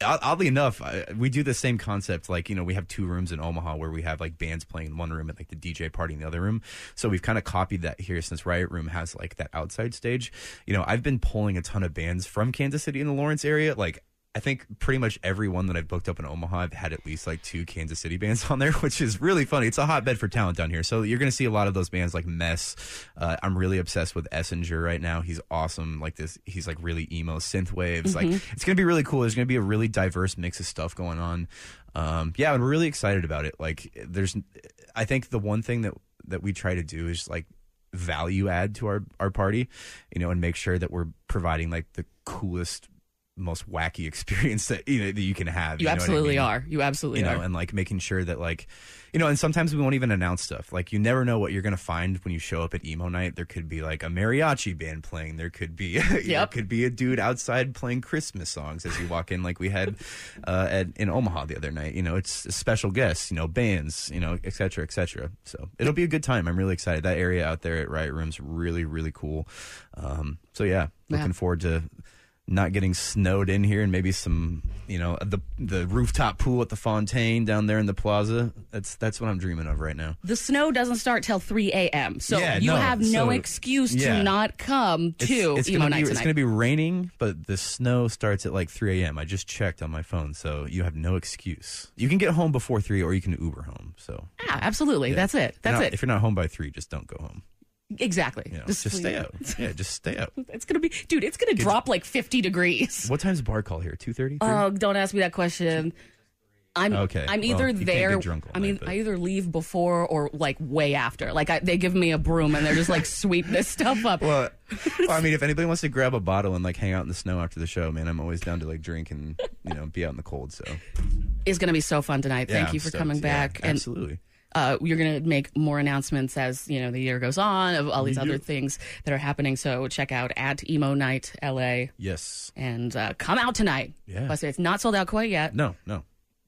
[SPEAKER 12] O- Oddly enough, I, we do the same concept. Like, you know, we have two rooms in Omaha where we have like bands playing in one room and like the DJ party in the other room. So we've kind of copied that here since Riot Room has like that outside stage. You know, I've been pulling a ton of bands from Kansas City and the Lawrence area. Like, I think pretty much everyone that I've booked up in Omaha, I've had at least like two Kansas City bands on there, which is really funny. It's a hotbed for talent down here. So you're going to see a lot of those bands like Mess. Uh, I'm really obsessed with Essinger right now. He's awesome. Like this, he's like really emo synth waves. Like
[SPEAKER 13] Mhm.
[SPEAKER 12] it's going to be really cool. There's going to be a really diverse mix of stuff going on. Um, yeah, I'm really excited about it. Like there's, I think the one thing that, that we try to do is like value add to our, our party, you know, and make sure that we're providing like the coolest most wacky experience that you know that you can have.
[SPEAKER 2] You
[SPEAKER 12] know what I
[SPEAKER 2] absolutely
[SPEAKER 12] mean?
[SPEAKER 2] are. You absolutely
[SPEAKER 12] you know,
[SPEAKER 2] are.
[SPEAKER 12] and like making sure that like you know, and sometimes we won't even announce stuff. Like you never know what you're gonna find when you show up at emo night. There could be like a mariachi band playing. There could be you know,
[SPEAKER 13] Yep.
[SPEAKER 12] could be a dude outside playing Christmas songs as you walk in, like we had uh, at in Omaha the other night. You know, it's special guests, you know, bands, you know, et cetera, et cetera. So it'll be a good time. I'm really excited. That area out there at Riot Room's really, really cool. Um, so yeah,
[SPEAKER 2] Yeah.
[SPEAKER 12] looking forward to not getting snowed in here and maybe some you know the the rooftop pool at the fontaine down there in the plaza that's that's what i'm dreaming of right now
[SPEAKER 2] The snow doesn't start till 3 a.m. So
[SPEAKER 12] Yeah,
[SPEAKER 2] you
[SPEAKER 12] no,
[SPEAKER 2] have no
[SPEAKER 12] so-
[SPEAKER 2] excuse
[SPEAKER 12] yeah.
[SPEAKER 2] to not come to
[SPEAKER 12] it's, it's
[SPEAKER 2] emo
[SPEAKER 12] gonna
[SPEAKER 2] night
[SPEAKER 12] be, it's
[SPEAKER 2] tonight.
[SPEAKER 12] gonna be raining but the snow starts at like 3 a.m i just checked on my phone so you have no excuse you can get home before 3 or you can uber home so
[SPEAKER 2] yeah, Ah, absolutely.
[SPEAKER 12] yeah.
[SPEAKER 2] That's it.
[SPEAKER 12] If you're
[SPEAKER 2] That's
[SPEAKER 12] not-
[SPEAKER 2] it.
[SPEAKER 12] if you're not home by 3 just don't go home
[SPEAKER 2] exactly.
[SPEAKER 12] you know, just, stay out yeah just stay out
[SPEAKER 2] It's gonna be, dude. It's gonna
[SPEAKER 12] It's-
[SPEAKER 2] drop like 50 degrees.
[SPEAKER 12] what time's bar call here 2.30
[SPEAKER 2] Oh, don't ask me that question. I'm
[SPEAKER 12] Okay,
[SPEAKER 2] I'm
[SPEAKER 12] well,
[SPEAKER 2] either
[SPEAKER 12] you can't
[SPEAKER 2] there.
[SPEAKER 12] get drunk all
[SPEAKER 2] I mean,
[SPEAKER 12] night, but-
[SPEAKER 2] I either leave before or like way after. Like I, they give me a broom and they're just like sweep this stuff up.
[SPEAKER 12] Well, well, I mean, if anybody wants to grab a bottle and like hang out in the snow after the show, man, I'm always down to like drink and you know be out in the cold. So
[SPEAKER 2] It's gonna be so fun tonight. Thank
[SPEAKER 12] Yeah,
[SPEAKER 2] you
[SPEAKER 12] I'm
[SPEAKER 2] for
[SPEAKER 12] stoked.
[SPEAKER 2] coming
[SPEAKER 12] Yeah,
[SPEAKER 2] back. And,
[SPEAKER 12] absolutely.
[SPEAKER 2] Uh, you're gonna make more announcements as you know the year goes on of all these
[SPEAKER 12] We
[SPEAKER 2] other
[SPEAKER 12] do.
[SPEAKER 2] things that are happening. So check out at emo night LA
[SPEAKER 12] yes,
[SPEAKER 2] and uh, come out tonight.
[SPEAKER 12] Yeah.
[SPEAKER 2] Plus, it's not sold out quite yet.
[SPEAKER 12] no, no,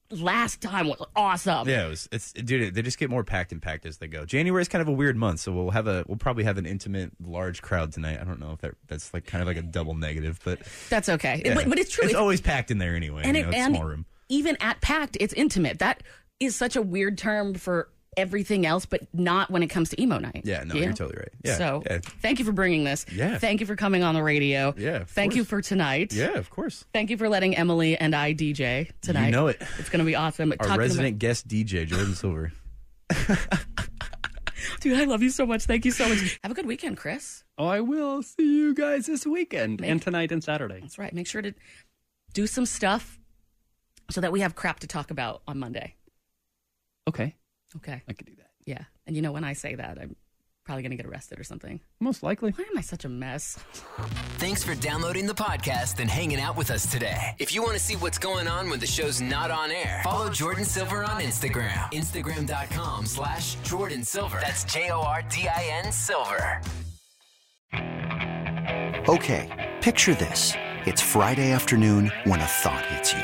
[SPEAKER 2] Last time was awesome.
[SPEAKER 12] yeah, it was, it's dude. They just get more packed and packed as they go. January is kind of a weird month, so we'll have a we'll probably have an intimate large crowd tonight. I don't know if that that's like kind of like a double negative, but
[SPEAKER 2] That's okay.
[SPEAKER 12] yeah.
[SPEAKER 2] But, but it's true.
[SPEAKER 12] It's
[SPEAKER 2] It's-
[SPEAKER 12] always packed in there anyway. you know, it's small room.
[SPEAKER 2] even at packed, it's intimate. That is such a weird term for everything else, but not when it comes to emo night.
[SPEAKER 12] Yeah, no,
[SPEAKER 2] you
[SPEAKER 12] you're
[SPEAKER 2] know?
[SPEAKER 12] totally right. Yeah,
[SPEAKER 2] so
[SPEAKER 12] yeah.
[SPEAKER 2] thank you for bringing this.
[SPEAKER 12] Yeah.
[SPEAKER 2] Thank you for coming on the radio.
[SPEAKER 12] Yeah, of
[SPEAKER 2] Thank you for tonight.
[SPEAKER 12] Yeah, of course.
[SPEAKER 2] Thank you for letting Emily and I DJ tonight.
[SPEAKER 12] You know it.
[SPEAKER 2] It's going to be awesome.
[SPEAKER 12] Our
[SPEAKER 2] Talking
[SPEAKER 12] resident guest DJ Jordan Silver.
[SPEAKER 2] about- dude, I love you so much. Thank you so much. Have a good weekend, Chris.
[SPEAKER 3] Oh, I will see you guys this weekend and tonight and Saturday.
[SPEAKER 2] That's right. Make sure to do some stuff so that we have crap to talk about on Monday.
[SPEAKER 3] Okay.
[SPEAKER 2] Okay.
[SPEAKER 3] I can do that.
[SPEAKER 2] Yeah. And you know, when I say that, I'm probably going to get arrested or something.
[SPEAKER 3] Most likely.
[SPEAKER 2] Why am I such a mess?
[SPEAKER 4] Thanks for downloading the podcast and hanging out with us today. If you want to see what's going on when the show's not on air, follow Jordan Silver on Instagram. Instagram.com slash Jordan Silver. That's J O R D I N Silver.
[SPEAKER 14] Okay, picture this. It's Friday afternoon when a thought hits you.